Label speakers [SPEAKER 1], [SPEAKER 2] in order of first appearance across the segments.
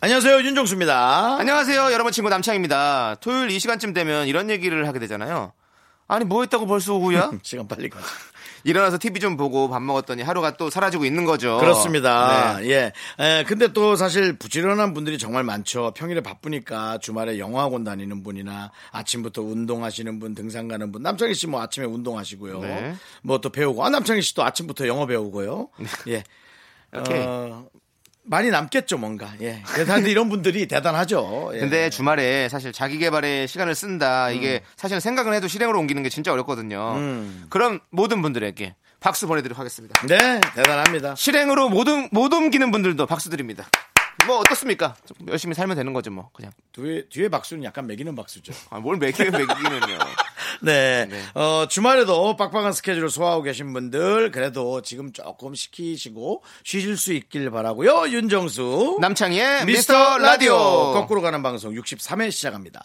[SPEAKER 1] 안녕하세요 윤정수입니다.
[SPEAKER 2] 안녕하세요, 여러분 친구 남창입니다. 토요일 이 시간쯤 되면 이런 얘기를 하게 되잖아요. 아니 뭐 했다고 벌써 오후야?
[SPEAKER 1] 시간 빨리 가죠.
[SPEAKER 2] 일어나서 TV 좀 보고 밥 먹었더니 하루가 또 사라지고 있는 거죠.
[SPEAKER 1] 그렇습니다.
[SPEAKER 2] 어, 네.
[SPEAKER 1] 예. 에, 근데 또 사실 부지런한 분들이 정말 많죠. 평일에 바쁘니까 주말에 영어학원 다니는 분이나 아침부터 운동하시는 분, 등산 가는 분. 남창희 씨 뭐 아침에 운동하시고요.
[SPEAKER 2] 네.
[SPEAKER 1] 뭐 또 배우고. 아, 남창희 씨도 아침부터 영어 배우고요. 예.
[SPEAKER 2] 오케이.
[SPEAKER 1] 어, 많이 남겠죠, 뭔가. 예. 대단한데 이런 분들이 대단하죠. 예.
[SPEAKER 2] 근데 주말에 사실 자기 개발에 시간을 쓴다. 이게 사실 생각은 해도 실행으로 옮기는 게 진짜 어렵거든요. 그럼 모든 분들에게 박수 보내드리도록 하겠습니다.
[SPEAKER 1] 네, 대단합니다.
[SPEAKER 2] 실행으로 못, 옮, 못 옮기는 분들도 박수 드립니다. 뭐 어떻습니까? 좀 열심히 살면 되는 거죠, 뭐 그냥.
[SPEAKER 1] 뒤에, 뒤에 박수는 약간 매기는 박수죠.
[SPEAKER 2] 아, 뭘 매기면 매기기는요.
[SPEAKER 1] 네. 어, 주말에도 빡빡한 스케줄을 소화하고 계신 분들 그래도 지금 조금 시키시고 쉬실 수 있길 바라고요. 윤정수
[SPEAKER 2] 남창희의 미스터 라디오.
[SPEAKER 1] 거꾸로 가는 방송 63회 시작합니다.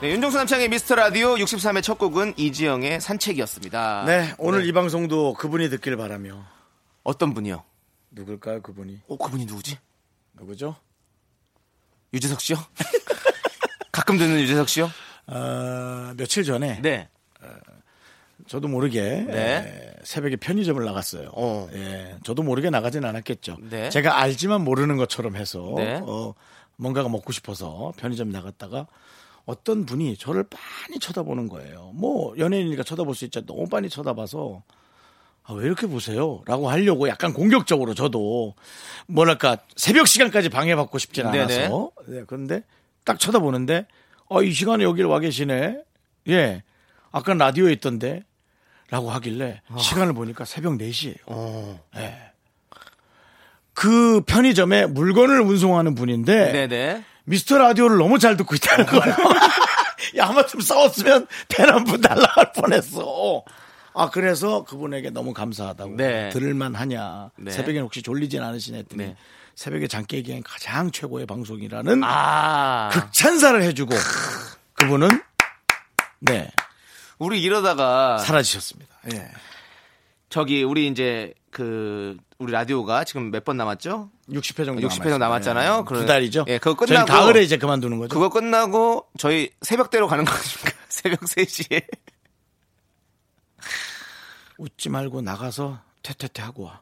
[SPEAKER 2] 네, 윤종수 남창의 미스터 라디오 63의 첫 곡은 이지영의 산책이었습니다.
[SPEAKER 1] 네. 오늘 이 방송도 그분이 듣길 바라며
[SPEAKER 2] 어떤 분이요?
[SPEAKER 1] 누굴까요, 그분이?
[SPEAKER 2] 어, 그분이 누구지?
[SPEAKER 1] 누구죠?
[SPEAKER 2] 유재석 씨요? 가끔 듣는 유재석 씨요?
[SPEAKER 1] 어, 며칠 전에
[SPEAKER 2] 네.
[SPEAKER 1] 저도 모르게
[SPEAKER 2] 네.
[SPEAKER 1] 에, 새벽에 편의점을 나갔어요.
[SPEAKER 2] 어.
[SPEAKER 1] 예, 저도 모르게 나가진 않았겠죠.
[SPEAKER 2] 네.
[SPEAKER 1] 제가 알지만 모르는 것처럼 해서
[SPEAKER 2] 네.
[SPEAKER 1] 어, 뭔가가 먹고 싶어서 편의점 나갔다가 어떤 분이 저를 빤히 쳐다보는 거예요. 뭐 연예인이니까 쳐다볼 수 있죠. 너무 빤히 쳐다봐서 아, 왜 이렇게 보세요? 라고 하려고 약간 공격적으로 저도 뭐랄까 새벽 시간까지 방해받고 싶진 않아서
[SPEAKER 2] 네네.
[SPEAKER 1] 네, 그런데 딱 쳐다보는데 어, 이 시간에 여기를 와 계시네. 예. 아까 라디오에 있던데. 라고 하길래
[SPEAKER 2] 아.
[SPEAKER 1] 시간을 보니까 새벽 4시예요.
[SPEAKER 2] 어.
[SPEAKER 1] 예. 그 편의점에 물건을 운송하는 분인데
[SPEAKER 2] 네네. 어.
[SPEAKER 1] 미스터 라디오를 너무 잘 듣고 있다는 거예요. 야, 아마좀 싸웠으면 배한분 날라갈 뻔했어. 아, 그래서 그분에게 너무 감사하다고.
[SPEAKER 2] 네.
[SPEAKER 1] 들을만 하냐.
[SPEAKER 2] 네.
[SPEAKER 1] 새벽엔 혹시 졸리진 않으시냐 했더니
[SPEAKER 2] 네.
[SPEAKER 1] 새벽에 잠 깨기엔 가장 최고의 방송이라는
[SPEAKER 2] 아.
[SPEAKER 1] 극찬사를 해주고 그분은 네.
[SPEAKER 2] 우리 이러다가
[SPEAKER 1] 사라지셨습니다. 예.
[SPEAKER 2] 저기 우리 이제 그 우리 라디오가 지금 몇 번 남았죠?
[SPEAKER 1] 60회 정도
[SPEAKER 2] 60회 정도 남았잖아요.
[SPEAKER 1] 예. 두
[SPEAKER 2] 그러면-
[SPEAKER 1] 달이죠.
[SPEAKER 2] 예, 그거
[SPEAKER 1] 저희는
[SPEAKER 2] 끝나고-
[SPEAKER 1] 가을에 이제 그만두는 거죠.
[SPEAKER 2] 그거 끝나고 저희 새벽대로 가는 거 아닙니까? 새벽 3시에.
[SPEAKER 1] 웃지 말고 나가서 퇴퇴퇴 하고 와.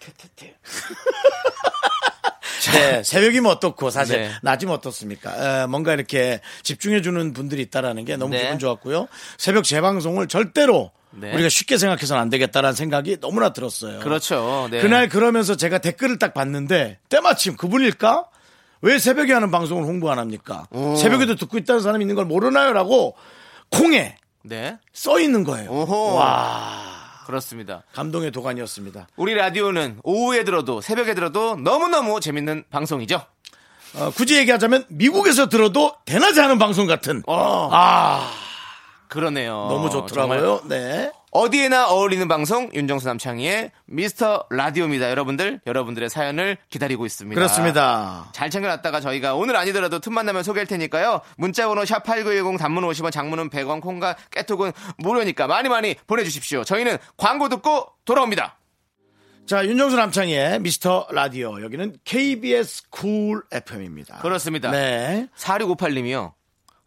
[SPEAKER 1] 퇴퇴퇴. 네, 새벽이면 어떻고 사실
[SPEAKER 2] 네.
[SPEAKER 1] 낮이면 어떻습니까? 에, 뭔가 이렇게 집중해 주는 분들이 있다라는 게 너무
[SPEAKER 2] 네.
[SPEAKER 1] 기분 좋았고요. 새벽 재방송을 절대로
[SPEAKER 2] 네.
[SPEAKER 1] 우리가 쉽게 생각해서는 안 되겠다라는 생각이 너무나 들었어요.
[SPEAKER 2] 그렇죠. 네.
[SPEAKER 1] 그날 그러면서 제가 댓글을 딱 봤는데 때마침 그분일까? 왜 새벽에 하는 방송을 홍보 안 합니까? 새벽에도 듣고 있다는 사람이 있는 걸 모르나요라고 콩에
[SPEAKER 2] 네.
[SPEAKER 1] 써 있는 거예요.
[SPEAKER 2] 오호.
[SPEAKER 1] 와.
[SPEAKER 2] 그렇습니다.
[SPEAKER 1] 감동의 도가니였습니다.
[SPEAKER 2] 우리 라디오는 오후에 들어도 새벽에 들어도 너무너무 재밌는 방송이죠.
[SPEAKER 1] 어, 굳이 얘기하자면 미국에서 들어도 대낮에 하는 방송 같은.
[SPEAKER 2] 어. 그러네요.
[SPEAKER 1] 아. 너무
[SPEAKER 2] 정말
[SPEAKER 1] 좋더라고요. 네.
[SPEAKER 2] 어디에나 어울리는 방송 윤정수 남창희의 미스터 라디오입니다. 여러분들 여러분들의 사연을 기다리고 있습니다.
[SPEAKER 1] 그렇습니다.
[SPEAKER 2] 잘 챙겨놨다가 저희가 오늘 아니더라도 틈만 나면 소개할 테니까요. 문자번호 샵8910 단문 50원 장문은 100원 콩과 깨톡은 무료니까 많이 많이 보내주십시오. 저희는 광고 듣고 돌아옵니다.
[SPEAKER 1] 자, 윤정수 남창희의 미스터 라디오. 여기는 KBS 쿨 FM입니다.
[SPEAKER 2] 그렇습니다.
[SPEAKER 1] 네.
[SPEAKER 2] 4658님이요.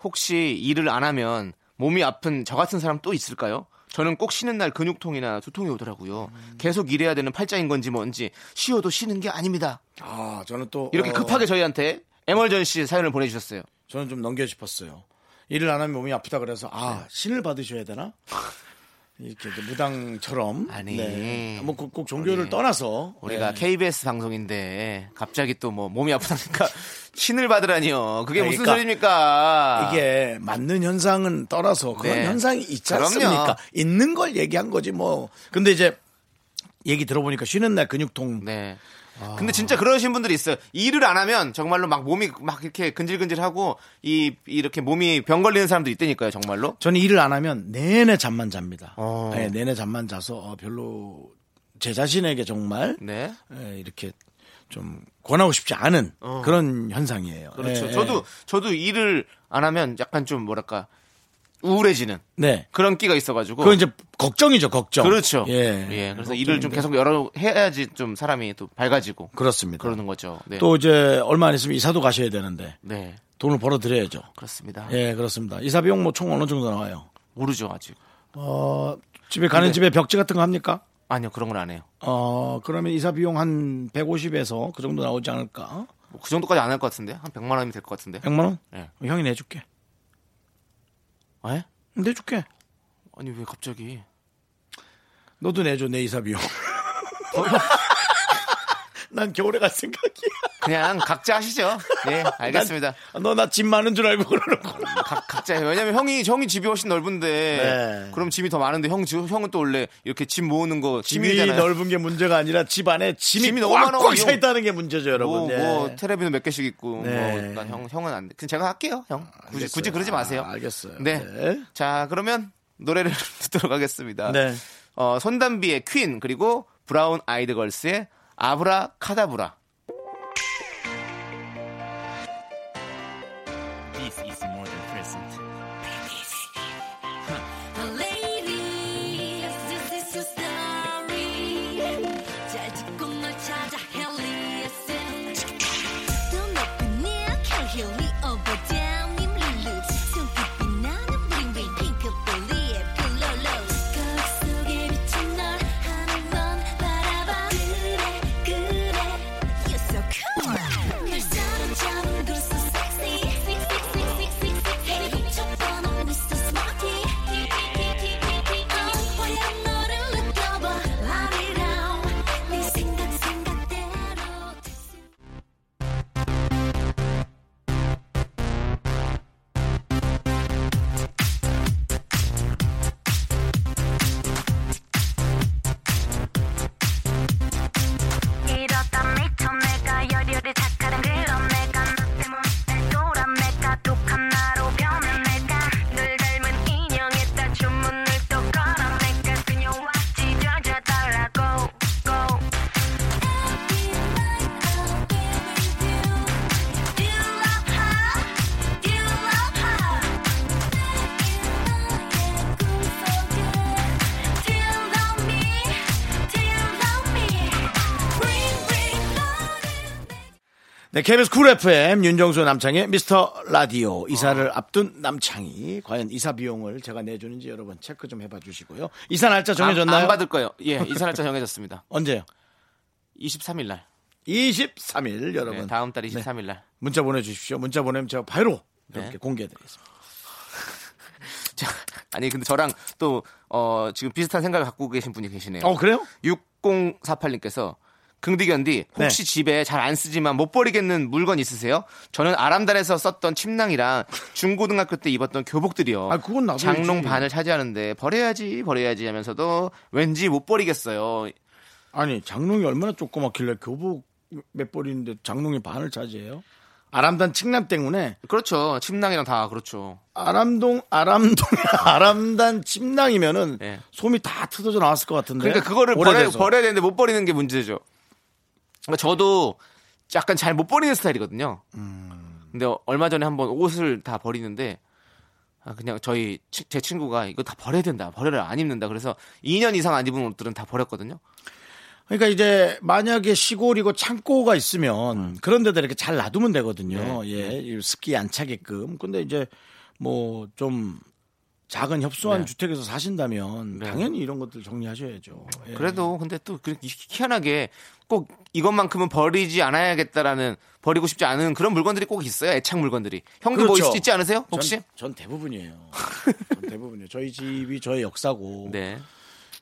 [SPEAKER 2] 혹시 일을 안 하면 몸이 아픈 저 같은 사람 또 있을까요? 저는 꼭 쉬는 날 근육통이나 두통이 오더라고요. 계속 일해야 되는 팔자인 건지 뭔지 쉬어도 쉬는 게 아닙니다.
[SPEAKER 1] 아, 저는 또
[SPEAKER 2] 이렇게
[SPEAKER 1] 어,
[SPEAKER 2] 급하게 저희한테 에멀전시 사연을 보내주셨어요.
[SPEAKER 1] 저는 좀 넘겨 싶었어요. 일을 안 하면 몸이 아프다 그래서
[SPEAKER 2] 네.
[SPEAKER 1] 아 신을 받으셔야 되나? 이렇게 이제 무당처럼 네.
[SPEAKER 2] 아니.
[SPEAKER 1] 뭐꼭 꼭 종교를 떠나서
[SPEAKER 2] 우리가
[SPEAKER 1] 네.
[SPEAKER 2] KBS 방송인데 갑자기 또 뭐 몸이 아프다니까 신을 받으라니요. 그게 무슨
[SPEAKER 1] 그러니까
[SPEAKER 2] 소리입니까?
[SPEAKER 1] 이게 맞는 현상은 떠나서 그런
[SPEAKER 2] 네.
[SPEAKER 1] 현상이 있지
[SPEAKER 2] 그럼요.
[SPEAKER 1] 않습니까? 있는 걸 얘기한 거지 뭐. 근데 이제 얘기 들어보니까 쉬는 날 근육통
[SPEAKER 2] 네.
[SPEAKER 1] 아.
[SPEAKER 2] 근데 진짜 그러신 분들이 있어요. 일을 안 하면 정말로 막 몸이 막 이렇게 근질근질하고 이 이렇게 몸이 병 걸리는 사람도 있다니까요, 정말로.
[SPEAKER 1] 저는 일을 안 하면 내내 잠만 잡니다.
[SPEAKER 2] 어.
[SPEAKER 1] 예, 내내 잠만 자서 어, 별로 제 자신에게 정말
[SPEAKER 2] 네.
[SPEAKER 1] 예, 이렇게 좀 권하고 싶지 않은 그런 현상이에요.
[SPEAKER 2] 어. 그렇죠.
[SPEAKER 1] 예,
[SPEAKER 2] 저도 저도 일을 안 하면 약간 좀 뭐랄까 우울해지는
[SPEAKER 1] 예. 네.
[SPEAKER 2] 그런 끼가 있어가지고.
[SPEAKER 1] 그건 이제 걱정이죠, 걱정.
[SPEAKER 2] 뭐 그렇죠.
[SPEAKER 1] 예.
[SPEAKER 2] 예. 그래서 일을 좀 계속 여러 해야지 좀 사람이 또 밝아지고
[SPEAKER 1] 그렇습니다.
[SPEAKER 2] 그러는 거죠. 네.
[SPEAKER 1] 또 이제 얼마 안 있으면 이사도 가셔야 되는데
[SPEAKER 2] 네.
[SPEAKER 1] 돈을 벌어 드려야죠.
[SPEAKER 2] 그렇습니다.
[SPEAKER 1] 예, 그렇습니다. 이사 비용 뭐 총 어느 정도 나와요?
[SPEAKER 2] 모르죠 아직.
[SPEAKER 1] 어, 집에 가는
[SPEAKER 2] 근데-
[SPEAKER 1] 집에 벽지 같은 거 합니까?
[SPEAKER 2] 아니요 그런 건 안 해요.
[SPEAKER 1] 어, 그러면 이사 비용 한 150에서 그 정도 나오지 않을까?
[SPEAKER 2] 뭐그 정도까지 안 할 것 같은데 한 100만 원이면 될 것 같은데.
[SPEAKER 1] 100만 원? 어,
[SPEAKER 2] 예.
[SPEAKER 1] 형이 내줄게. 예.
[SPEAKER 2] 에?
[SPEAKER 1] 내줄게.
[SPEAKER 2] 예? 아니 왜 갑자기?
[SPEAKER 1] 너도 내줘 내 이사 비용. 난 겨울에 갈 생각이야.
[SPEAKER 2] 그냥 각자 하시죠. 예, 알겠습니다.
[SPEAKER 1] 너 나 집 많은 줄 알고 그러는구나.
[SPEAKER 2] 각, 각자 해요. 왜냐면 형이 형이 집이 훨씬 넓은데
[SPEAKER 1] 네.
[SPEAKER 2] 그럼 짐이 더 많은데 형 지- 형은 또 원래 이렇게 짐 모으는 거
[SPEAKER 1] 집이
[SPEAKER 2] 짐이잖아요.
[SPEAKER 1] 넓은 게 문제가 아니라 집 안에 짐이,
[SPEAKER 2] 짐이 너무
[SPEAKER 1] 꽉꽉
[SPEAKER 2] 많아가지고.
[SPEAKER 1] 차 있다는 게 문제죠, 여러분.
[SPEAKER 2] 뭐,
[SPEAKER 1] 예.
[SPEAKER 2] 뭐 테레비도 몇 개씩 있고
[SPEAKER 1] 네.
[SPEAKER 2] 뭐, 난형 형은 안 돼. 그냥 제가 할게요, 형. 굳이
[SPEAKER 1] 알겠어요.
[SPEAKER 2] 굳이 그러지 마세요.
[SPEAKER 1] 아, 알겠어요.
[SPEAKER 2] 네.
[SPEAKER 1] 네.
[SPEAKER 2] 자, 그러면 노래를 듣도록 하겠습니다.
[SPEAKER 1] 네.
[SPEAKER 2] 어, 손담비의 퀸 그리고 브라운 아이드 걸스의 아브라 카다브라.
[SPEAKER 3] This is more than present.
[SPEAKER 4] Ladies, this is your story. 잘 듣고 널 찾아 헬리에센. 더 높은 닐칼 힐리 over down 님 룰루. 손끝이 나는 bling bling pink believe 룰루루. 거울 속에 비친 널한번 바라봐. 그래 그래 you're so cool. 별사람 잡은 걸 so sexy. Sexy sexy sexy sexy. 헤이 미쳐버린 Mr. Smarty. 어, 과연 너를 느껴봐. Love it out. 네 생각 생각대로.
[SPEAKER 5] 이러다 미쳐 내가 열혈이 착한 그런 내가 나 때문에 돌아 내가 독한 나로 변해 내가 늘 닮은 인형에다 주문을 또 걸어 내가 그녀와 찢어져달라고 go
[SPEAKER 1] 네, KBS 쿨 FM 윤정수 남창의 미스터 라디오 이사를 앞둔 남창이 과연 이사 비용을 제가 내주는지 여러분 체크 좀 해봐 주시고요. 이사 날짜 정해졌나요?
[SPEAKER 2] 안, 안 받을 거예요. 예, 이사 날짜 정해졌습니다.
[SPEAKER 1] 언제요?
[SPEAKER 2] 23일 날.
[SPEAKER 1] 23일 여러분
[SPEAKER 2] 네, 다음 달 23일 날.
[SPEAKER 1] 문자 보내주십시오. 문자 보내면 제가 바로 이렇게
[SPEAKER 2] 네.
[SPEAKER 1] 공개해드리겠습니다.
[SPEAKER 2] 자, 아니 근데 저랑 또 어, 지금 비슷한 생각을 갖고 계신 분이 계시네요.
[SPEAKER 1] 어 그래요?
[SPEAKER 2] 6048님께서 긍디견디
[SPEAKER 1] 네.
[SPEAKER 2] 혹시 집에 잘 안 쓰지만 못 버리겠는 물건 있으세요? 저는 아람단에서 썼던 침낭이랑 중고등학교 때 입었던 교복들이요.
[SPEAKER 1] 아, 그건 놔둬야지.
[SPEAKER 2] 장롱 반을 차지하는데 버려야지 버려야지 하면서도 왠지 못 버리겠어요.
[SPEAKER 1] 아니 장롱이 얼마나 조그맣길래 교복 몇 벌인데 장롱이 반을 차지해요? 아람단 칭남 때문에
[SPEAKER 2] 그렇죠. 침낭이랑 다 그렇죠.
[SPEAKER 1] 아람동 아람동 아람단 침낭이면은
[SPEAKER 2] 네.
[SPEAKER 1] 솜이 다 뜯어져 나왔을 것 같은데.
[SPEAKER 2] 그러니까 그거를 버려,
[SPEAKER 1] 네? 오래돼서.
[SPEAKER 2] 버려야 되는데 못 버리는 게 문제죠. 그러니까 저도 약간 잘 못 버리는 스타일이거든요.
[SPEAKER 1] 음.
[SPEAKER 2] 근데 얼마 전에 한번 옷을 다 버리는데 아, 그냥 저희 치- 제 친구가 이거 다 버려야 된다. 버려라 안 입는다. 그래서 2년 이상 안 입은 옷들은 다 버렸거든요.
[SPEAKER 1] 그러니까 이제 만약에 시골이고 창고가 있으면
[SPEAKER 2] 음.
[SPEAKER 1] 그런 데다 이렇게 잘 놔두면
[SPEAKER 2] 네.
[SPEAKER 1] 되거든요. 예. 이 습기 안 차게끔. 근데 이제 뭐 좀 작은 협소한
[SPEAKER 2] 네.
[SPEAKER 1] 주택에서 사신다면
[SPEAKER 2] 네.
[SPEAKER 1] 당연히 이런 것들 정리하셔야죠. 예.
[SPEAKER 2] 그래도 근데 또 그- 희한하게 꼭 이것만큼은 버리지 않아야겠다라는 버리고 싶지 않은 그런 물건들이 꼭 있어요. 애착 물건들이. 형도 뭐
[SPEAKER 1] 그렇죠.
[SPEAKER 2] 있- 있지 않으세요? 혹시?
[SPEAKER 1] 전, 전 대부분이에요. 전 대부분이에요. 저희 집이 저의 역사고
[SPEAKER 2] 네.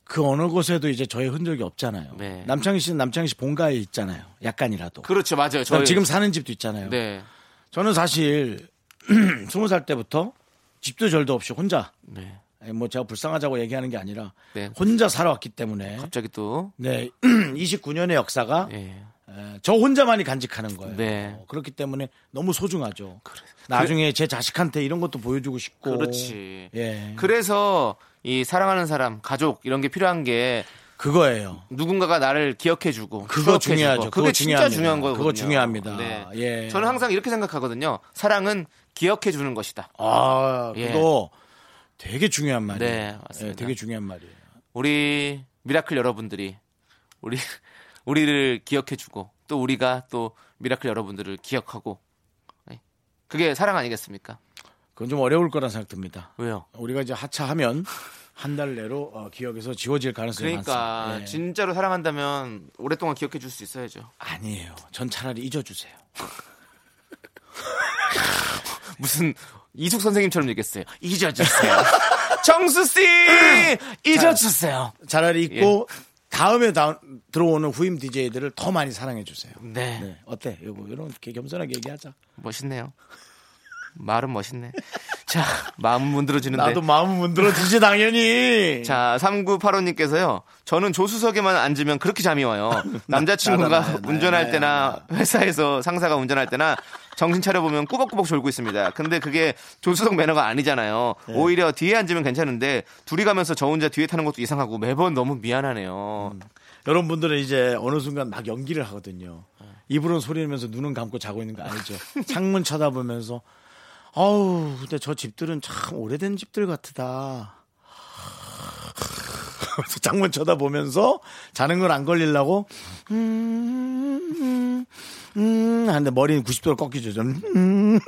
[SPEAKER 1] 그 어느 곳에도 이제 저의 흔적이 없잖아요.
[SPEAKER 2] 네.
[SPEAKER 1] 남창희 씨는 남창희 씨 본가에 있잖아요. 약간이라도.
[SPEAKER 2] 그렇죠. 맞아요.
[SPEAKER 1] 그다음
[SPEAKER 2] 저
[SPEAKER 1] 지금 사는 집도 있잖아요.
[SPEAKER 2] 네.
[SPEAKER 1] 저는 사실 스무 살 때부터 집도 절도 없이 혼자
[SPEAKER 2] 네.
[SPEAKER 1] 아니, 뭐 제가 불쌍하자고 얘기하는 게 아니라
[SPEAKER 2] 네.
[SPEAKER 1] 혼자 살아왔기 때문에
[SPEAKER 2] 갑자기 또
[SPEAKER 1] 네 29년의 역사가
[SPEAKER 2] 예.
[SPEAKER 1] 에, 저 혼자만이 간직하는 거예요.
[SPEAKER 2] 네.
[SPEAKER 1] 그렇기 때문에 너무 소중하죠. 나중에 제 자식한테 이런 것도 보여주고 싶고
[SPEAKER 2] 그렇지.
[SPEAKER 1] 예.
[SPEAKER 2] 그래서 이 사랑하는 사람, 가족 이런 게 필요한 게
[SPEAKER 1] 그거예요.
[SPEAKER 2] 누군가가 나를 기억해주고
[SPEAKER 1] 그거
[SPEAKER 2] 추억해주고.
[SPEAKER 1] 중요하죠.
[SPEAKER 2] 그게
[SPEAKER 1] 그거
[SPEAKER 2] 진짜
[SPEAKER 1] 중요합니다.
[SPEAKER 2] 중요한 거거든요.
[SPEAKER 1] 그거 중요합니다. 예.
[SPEAKER 2] 저는 항상 이렇게 생각하거든요. 사랑은 기억해주는 것이다.
[SPEAKER 1] 아,
[SPEAKER 2] 예.
[SPEAKER 1] 그거 되게 중요한 말이에요.
[SPEAKER 2] 네, 맞습니다.
[SPEAKER 1] 예, 되게 중요한 말이에요.
[SPEAKER 2] 우리 미라클 여러분들이 우리 우리를 기억해주고 또 우리가 또 미라클 여러분들을 기억하고 네. 그게 사랑 아니겠습니까?
[SPEAKER 1] 그건 좀 어려울 거란 생각 듭니다.
[SPEAKER 2] 왜요?
[SPEAKER 1] 우리가 이제 하차하면 한 달 내로 어, 기억에서 지워질 가능성이
[SPEAKER 2] 그러니까
[SPEAKER 1] 많습니다. 예.
[SPEAKER 2] 진짜로 사랑한다면 오랫동안 기억해줄 수 있어야죠.
[SPEAKER 1] 아니에요. 전 차라리 잊어주세요.
[SPEAKER 2] 무슨 이숙 선생님처럼 얘기했어요. 잊어주세요. 정수 씨 잊어주세요.
[SPEAKER 1] 차라리 잊고 다음에 다- 들어오는 후임 DJ들을 더 많이 사랑해 주세요.
[SPEAKER 2] 네.
[SPEAKER 1] 네. 어때? 요거 이렇게 겸손하게 얘기하자.
[SPEAKER 2] 멋있네요. 말은 멋있네. 자, 마음 문드러지는데.
[SPEAKER 1] 나도 마음은 문드러지지 당연히.
[SPEAKER 2] 네. 자, 3985님께서요. 저는 조수석에만 앉으면 그렇게 잠이 와요. 남자친구가
[SPEAKER 1] 나다, 나야, 나야,
[SPEAKER 2] 운전할
[SPEAKER 1] 나야,
[SPEAKER 2] 때나 회사에서 상사가 운전할 때나 정신 차려보면 꾸벅꾸벅 졸고 있습니다. 근데 그게 조수석 매너가 아니잖아요.
[SPEAKER 1] 네.
[SPEAKER 2] 오히려 뒤에 앉으면 괜찮은데 둘이 가면서 저 혼자 뒤에 타는 것도 이상하고 매번 너무 미안하네요.
[SPEAKER 1] 음. 여러분들은 이제 어느 순간 막 연기를 하거든요. 입으로는 소리 내면서 눈은 감고 자고 있는 거 아니죠. 창문 쳐다보면서 아우 근데 저 집들은 참 오래된 집들 같다. 창문 쳐다보면서 자는 걸 안 걸리려고 음, 음, 음 하는데 머리는 90도로 꺾이죠. 저는. 음.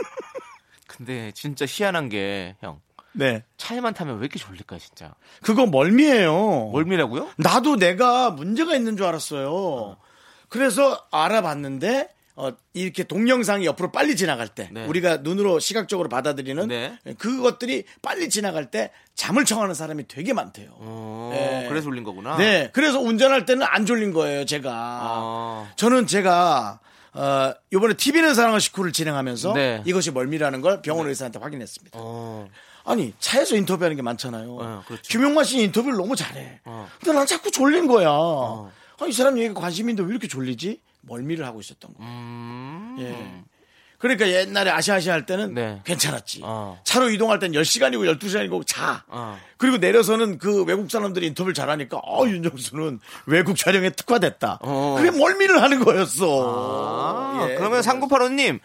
[SPEAKER 2] 근데 진짜 희한한 게 형.
[SPEAKER 1] 네.
[SPEAKER 2] 차에만 타면 왜 이렇게 졸릴까 진짜.
[SPEAKER 1] 그거 멀미예요.
[SPEAKER 2] 멀미라고요?
[SPEAKER 1] 나도 내가 문제가 있는 줄 알았어요. 그래서 알아봤는데 어, 이렇게 동영상이 옆으로 빨리 지나갈 때
[SPEAKER 2] 네.
[SPEAKER 1] 우리가 눈으로 시각적으로 받아들이는
[SPEAKER 2] 네.
[SPEAKER 1] 그것들이 빨리 지나갈 때 잠을 청하는 사람이 되게 많대요.
[SPEAKER 2] 어,
[SPEAKER 1] 네.
[SPEAKER 2] 그래서 울린 거구나.
[SPEAKER 1] 네, 그래서 운전할 때는 안 졸린 거예요, 제가.
[SPEAKER 2] 아.
[SPEAKER 1] 저는 제가 어, 이번에 TV는 사랑을 식구를 진행하면서
[SPEAKER 2] 네.
[SPEAKER 1] 이것이 멀미라는 걸 병원 의사한테 확인했습니다.
[SPEAKER 2] 어.
[SPEAKER 1] 아니 차에서 인터뷰하는 게 많잖아요.
[SPEAKER 2] 어, 그렇죠.
[SPEAKER 1] 김용만 씨는 인터뷰를 너무 잘해.
[SPEAKER 2] 어.
[SPEAKER 1] 근데 난 자꾸 졸린 거야. 아, 이 사람 얘기 관심인데 왜 이렇게 졸리지? 멀미를 하고 있었던 거야.
[SPEAKER 2] 음.
[SPEAKER 1] 예. 그러니까 옛날에 아시아시아 할 때는
[SPEAKER 2] 네.
[SPEAKER 1] 괜찮았지.
[SPEAKER 2] 어.
[SPEAKER 1] 차로 이동할 땐 10시간이고 12시간이고 자.
[SPEAKER 2] 어.
[SPEAKER 1] 그리고 내려서는 그 외국 사람들이 인터뷰를 잘하니까 어 윤정수는 외국 촬영에 특화됐다.
[SPEAKER 2] 어.
[SPEAKER 1] 그게 멀미를 하는 거였어.
[SPEAKER 2] 아,
[SPEAKER 1] 예.
[SPEAKER 2] 그러면 상구팔오님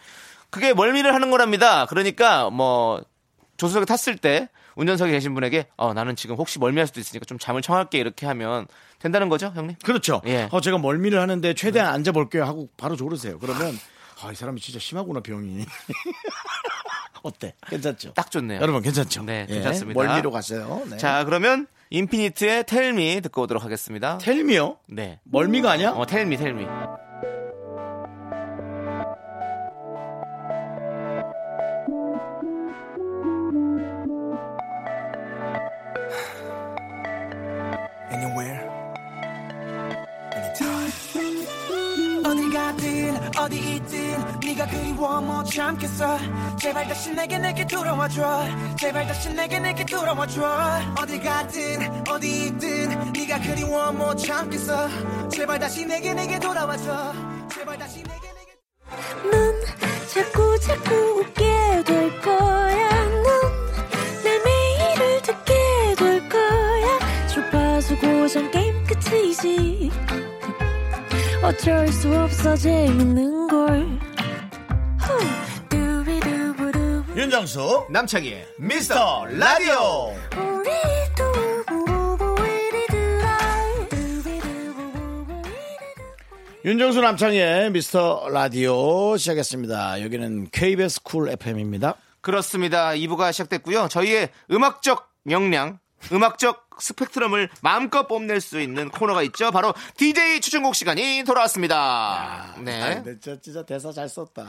[SPEAKER 2] 그게 멀미를 하는 거랍니다. 그러니까 뭐 조수석에 탔을 때 운전석에 계신 분에게 어 나는 지금 혹시 멀미할 수도 있으니까 좀 잠을 청할게 이렇게 하면 된다는 거죠, 형님?
[SPEAKER 1] 그렇죠.
[SPEAKER 2] 예.
[SPEAKER 1] 어, 제가 멀미를 하는데 최대한 앉아볼게요 하고 바로 조르세요. 그러면 아, 이 사람이 진짜 심하구나 병이. 어때? 괜찮죠?
[SPEAKER 2] 딱 좋네요.
[SPEAKER 1] 여러분 괜찮죠? 예,
[SPEAKER 2] 네, 괜찮습니다.
[SPEAKER 1] 멀미로 가세요. 네.
[SPEAKER 2] 자, 그러면 인피니트의 텔미 듣고 오도록 하겠습니다.
[SPEAKER 1] 텔미요?
[SPEAKER 2] 네.
[SPEAKER 1] 멀미가 아니야?
[SPEAKER 2] 어, 텔미, 텔미.
[SPEAKER 6] anywhere, anytime. 어딜 가든 어디 있든 네가 그리워 못 참겠어 제발 다시 내게 내게 돌아와줘 제발 다시 내게 내게 돌아와줘 어딜 가든 어디 있든 네가 그리워 못 참겠어 제발 다시 내게 내게 돌아와줘 제발 다시 내게 내게
[SPEAKER 4] 넌 자꾸 자꾸 웃게 될 거야. 넌내 매일을 듣게 될 거야. 주파수 고정 게임 끝이지. 어쩔 수 없어 재밌는 걸. 후. 두비두부두.
[SPEAKER 1] 윤정수 남창희 미스터 라디오.
[SPEAKER 4] 우리 두부부부 우리들아. 두비두부부부 우리들아.
[SPEAKER 1] 윤정수 남창희의 미스터 라디오 시작했습니다. 여기는 KBS 쿨 FM입니다.
[SPEAKER 2] 그렇습니다. 2부가 시작됐고요. 저희의 음악적 역량, 음악적 스펙트럼을 마음껏 뽐낼 수 있는 코너가 있죠. 바로 DJ 추천곡 시간이 돌아왔습니다.
[SPEAKER 1] 아,
[SPEAKER 2] 네.
[SPEAKER 1] 근데 저 진짜 대사 잘 썼다.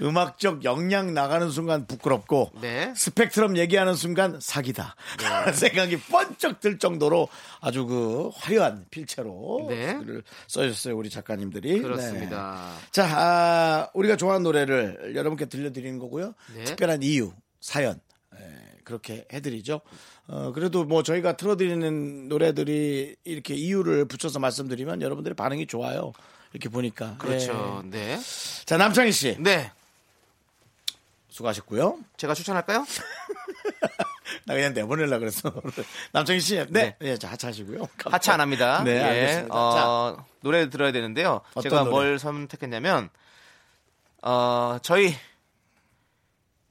[SPEAKER 1] 음악적 역량 나가는 순간 부끄럽고
[SPEAKER 2] 네.
[SPEAKER 1] 스펙트럼 얘기하는 순간 사기다. 생각이 번쩍 들 정도로 아주 그 화려한 필체로
[SPEAKER 2] 네.
[SPEAKER 1] 글을 써주셨어요 우리 작가님들이.
[SPEAKER 2] 그렇습니다.
[SPEAKER 1] 네. 자, 아, 우리가 좋아하는 노래를 여러분께 들려드리는 거고요.
[SPEAKER 2] 네.
[SPEAKER 1] 특별한 이유, 사연. 예, 그렇게 해드리죠. 어, 그래도 뭐 저희가 틀어드리는 노래들이 이렇게 이유를 붙여서 말씀드리면 여러분들의 반응이 좋아요. 이렇게 보니까.
[SPEAKER 2] 그렇죠.
[SPEAKER 1] 예.
[SPEAKER 2] 네.
[SPEAKER 1] 자, 남창희 씨.
[SPEAKER 2] 네.
[SPEAKER 1] 수고하셨고요.
[SPEAKER 2] 제가 추천할까요?
[SPEAKER 1] 나 그냥 내보내려고 그랬어. 남창희 씨. 네. 예, 자, 하차하시고요.
[SPEAKER 2] 하차 안 합니다.
[SPEAKER 1] 네,
[SPEAKER 2] 예.
[SPEAKER 1] 알겠습니다.
[SPEAKER 2] 어, 노래 들어야 되는데요.
[SPEAKER 1] 어떤
[SPEAKER 2] 제가
[SPEAKER 1] 노래?
[SPEAKER 2] 뭘 선택했냐면 어, 저희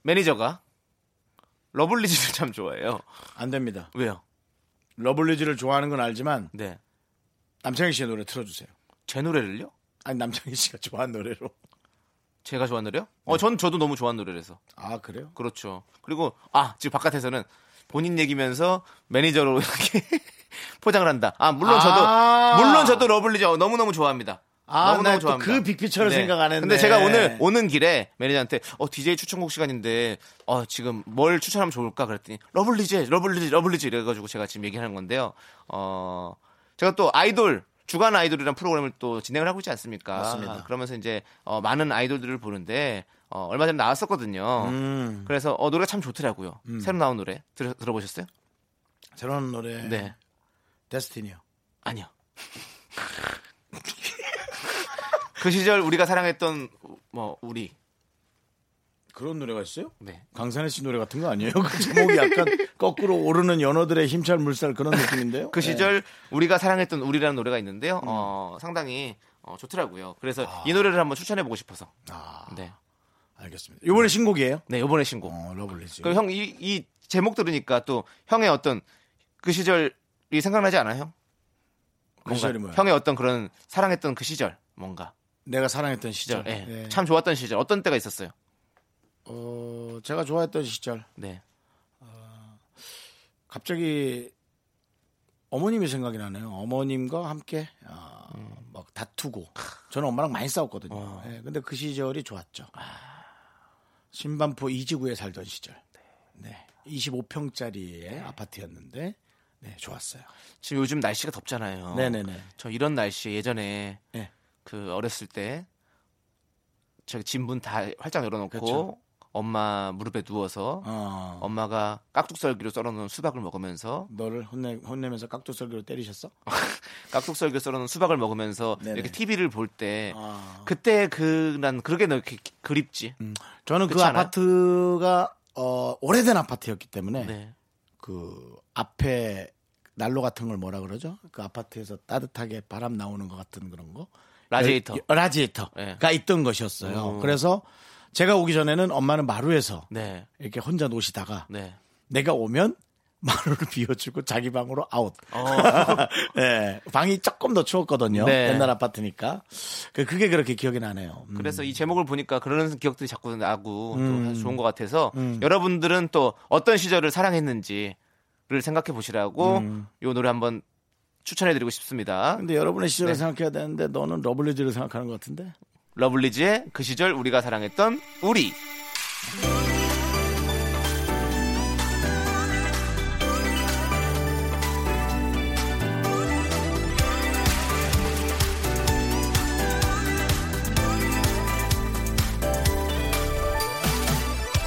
[SPEAKER 2] 매니저가 러블리즈를 참 좋아해요.
[SPEAKER 1] 안 됩니다.
[SPEAKER 2] 왜요?
[SPEAKER 1] 러블리즈를 좋아하는 건 알지만
[SPEAKER 2] 네.
[SPEAKER 1] 남창희 씨의 노래 틀어주세요.
[SPEAKER 2] 제 노래를요?
[SPEAKER 1] 아니, 남창희 씨가 좋아하는 노래로.
[SPEAKER 2] 제가 좋아하는 노래요?
[SPEAKER 1] 네.
[SPEAKER 2] 어, 전 저도 너무 좋아하는 노래라서.
[SPEAKER 1] 아, 그래요?
[SPEAKER 2] 그렇죠. 그리고 아, 지금 바깥에서는 본인 얘기면서 매니저로 이렇게 포장을 한다. 아, 물론
[SPEAKER 1] 아.
[SPEAKER 2] 저도 물론 저도 러블리즈 너무너무 좋아합니다.
[SPEAKER 1] 아,
[SPEAKER 2] 너무너무
[SPEAKER 1] 난또
[SPEAKER 2] 좋아합니다.
[SPEAKER 1] 그 빅피처를 생각 안 했네.
[SPEAKER 2] 근데 제가 오늘 오는 길에 매니저한테 어, DJ 추천곡 시간인데 어, 지금 뭘 추천하면 좋을까 그랬더니 러블리즈, 러블리즈, 러블리즈 이래 가지고 제가 지금 얘기하는 건데요. 어, 제가 또 아이돌 주간 아이돌이라는 프로그램을 또 진행을 하고 있지 않습니까?
[SPEAKER 1] 맞습니다.
[SPEAKER 2] 그러면서 이제 어, 많은 아이돌들을 보는데 어, 얼마 전에 나왔었거든요.
[SPEAKER 1] 음.
[SPEAKER 2] 그래서 어, 노래가 참 좋더라고요. 새로 나온 노래 들, 어보셨어요
[SPEAKER 1] 새로운 노래.
[SPEAKER 2] 네.
[SPEAKER 1] 데스티니요.
[SPEAKER 2] 아니요. 그 시절 우리가 사랑했던 뭐 우리
[SPEAKER 1] 그런 노래가 있어요?
[SPEAKER 2] 네.
[SPEAKER 1] 강산의 씨 노래 같은 거 아니에요? 그 제목이 약간 거꾸로 오르는 연어들의 힘찬 물살 그런 느낌인데요?
[SPEAKER 2] 그
[SPEAKER 1] 네. 음.
[SPEAKER 2] 시절 우리가 사랑했던 우리라는 노래가 있는데요. 어, 상당히 어, 좋더라고요. 그래서 이 노래를 한번 추천해 보고 싶어서.
[SPEAKER 1] 아,
[SPEAKER 2] 네.
[SPEAKER 1] 알겠습니다. 이번에 신곡이에요?
[SPEAKER 2] 네, 요번에 신곡.
[SPEAKER 1] 어, 러블리즈.
[SPEAKER 2] 그리고 형 이 이 제목 들으니까 또 형의 어떤 그 시절이 생각나지 않아요, 형?
[SPEAKER 1] 그 시절이 뭐야?
[SPEAKER 2] 형의 어떤 그런 사랑했던 그 시절 뭔가
[SPEAKER 1] 내가 사랑했던
[SPEAKER 2] 시절.
[SPEAKER 1] 시절.
[SPEAKER 2] 예.
[SPEAKER 1] 네.
[SPEAKER 2] 참 좋았던 시절. 어떤 때가 있었어요?
[SPEAKER 1] 어, 제가 좋아했던 시절.
[SPEAKER 2] 네.
[SPEAKER 1] 갑자기 어머님이 생각이 나네요. 어머님과 함께 아, 막 다투고 저는 엄마랑 많이 싸웠거든요.
[SPEAKER 2] 어.
[SPEAKER 1] 예, 근데 그 시절이 좋았죠.
[SPEAKER 2] 아.
[SPEAKER 1] 신반포 이지구에 살던 시절. 네. 25평짜리의 아파트였는데 네, 좋았어요.
[SPEAKER 2] 지금 요즘 날씨가 덥잖아요.
[SPEAKER 1] 네네네.
[SPEAKER 2] 저 이런 날씨 예전에
[SPEAKER 1] 네.
[SPEAKER 2] 그 어렸을 때 저기 진문 다 활짝 열어놓고
[SPEAKER 1] 그쵸.
[SPEAKER 2] 엄마 무릎에 누워서
[SPEAKER 1] 그렇죠. 어,
[SPEAKER 2] 엄마가 깍둑썰기로 썰어놓은 수박을 먹으면서
[SPEAKER 1] 너를 혼내, 혼내면서 깍두썰기로 때리셨어?
[SPEAKER 2] 깍둑썰기로 썰어놓은 수박을 먹으면서
[SPEAKER 1] 네네.
[SPEAKER 2] 이렇게 TV를 볼 때
[SPEAKER 1] 아.
[SPEAKER 2] 그때 그 난 그러게 너 이렇게 그립지.
[SPEAKER 1] 저는 그
[SPEAKER 2] 그렇지 않아요?
[SPEAKER 1] 아파트가 어, 오래된 아파트였기 때문에
[SPEAKER 2] 네.
[SPEAKER 1] 그 앞에 난로 같은 걸 뭐라 그러죠? 그 아파트에서 따뜻하게 바람 나오는 것 같은 그런 거.
[SPEAKER 2] 라디에이터.
[SPEAKER 1] 열- 열- 라디에이터가
[SPEAKER 2] 예.
[SPEAKER 1] 있던 것이었어요.
[SPEAKER 2] 음.
[SPEAKER 1] 그래서 제가 오기 전에는 엄마는 마루에서
[SPEAKER 2] 네.
[SPEAKER 1] 이렇게 혼자 노시다가
[SPEAKER 2] 네.
[SPEAKER 1] 내가 오면 마루를 비워주고 자기 방으로 아웃.
[SPEAKER 2] 어.
[SPEAKER 1] 예, 방이 조금 더 추웠거든요.
[SPEAKER 2] 네.
[SPEAKER 1] 옛날 아파트니까. 그- 그게 그렇게 기억이 나네요. 음.
[SPEAKER 2] 그래서 이 제목을 보니까 그런 기억들이 자꾸 나고 또 좋은 것 같아서
[SPEAKER 1] 음.
[SPEAKER 2] 여러분들은 또 어떤 시절을 사랑했는지를 생각해 보시라고
[SPEAKER 1] 음.
[SPEAKER 2] 이 노래 한번 추천해드리고 싶습니다.
[SPEAKER 1] 근데 여러분의 시절을
[SPEAKER 2] 네.
[SPEAKER 1] 생각해야 되는데 너는 러블리즈를 생각하는 것 같은데?
[SPEAKER 2] 러블리즈의 그 시절 우리가 사랑했던 우리.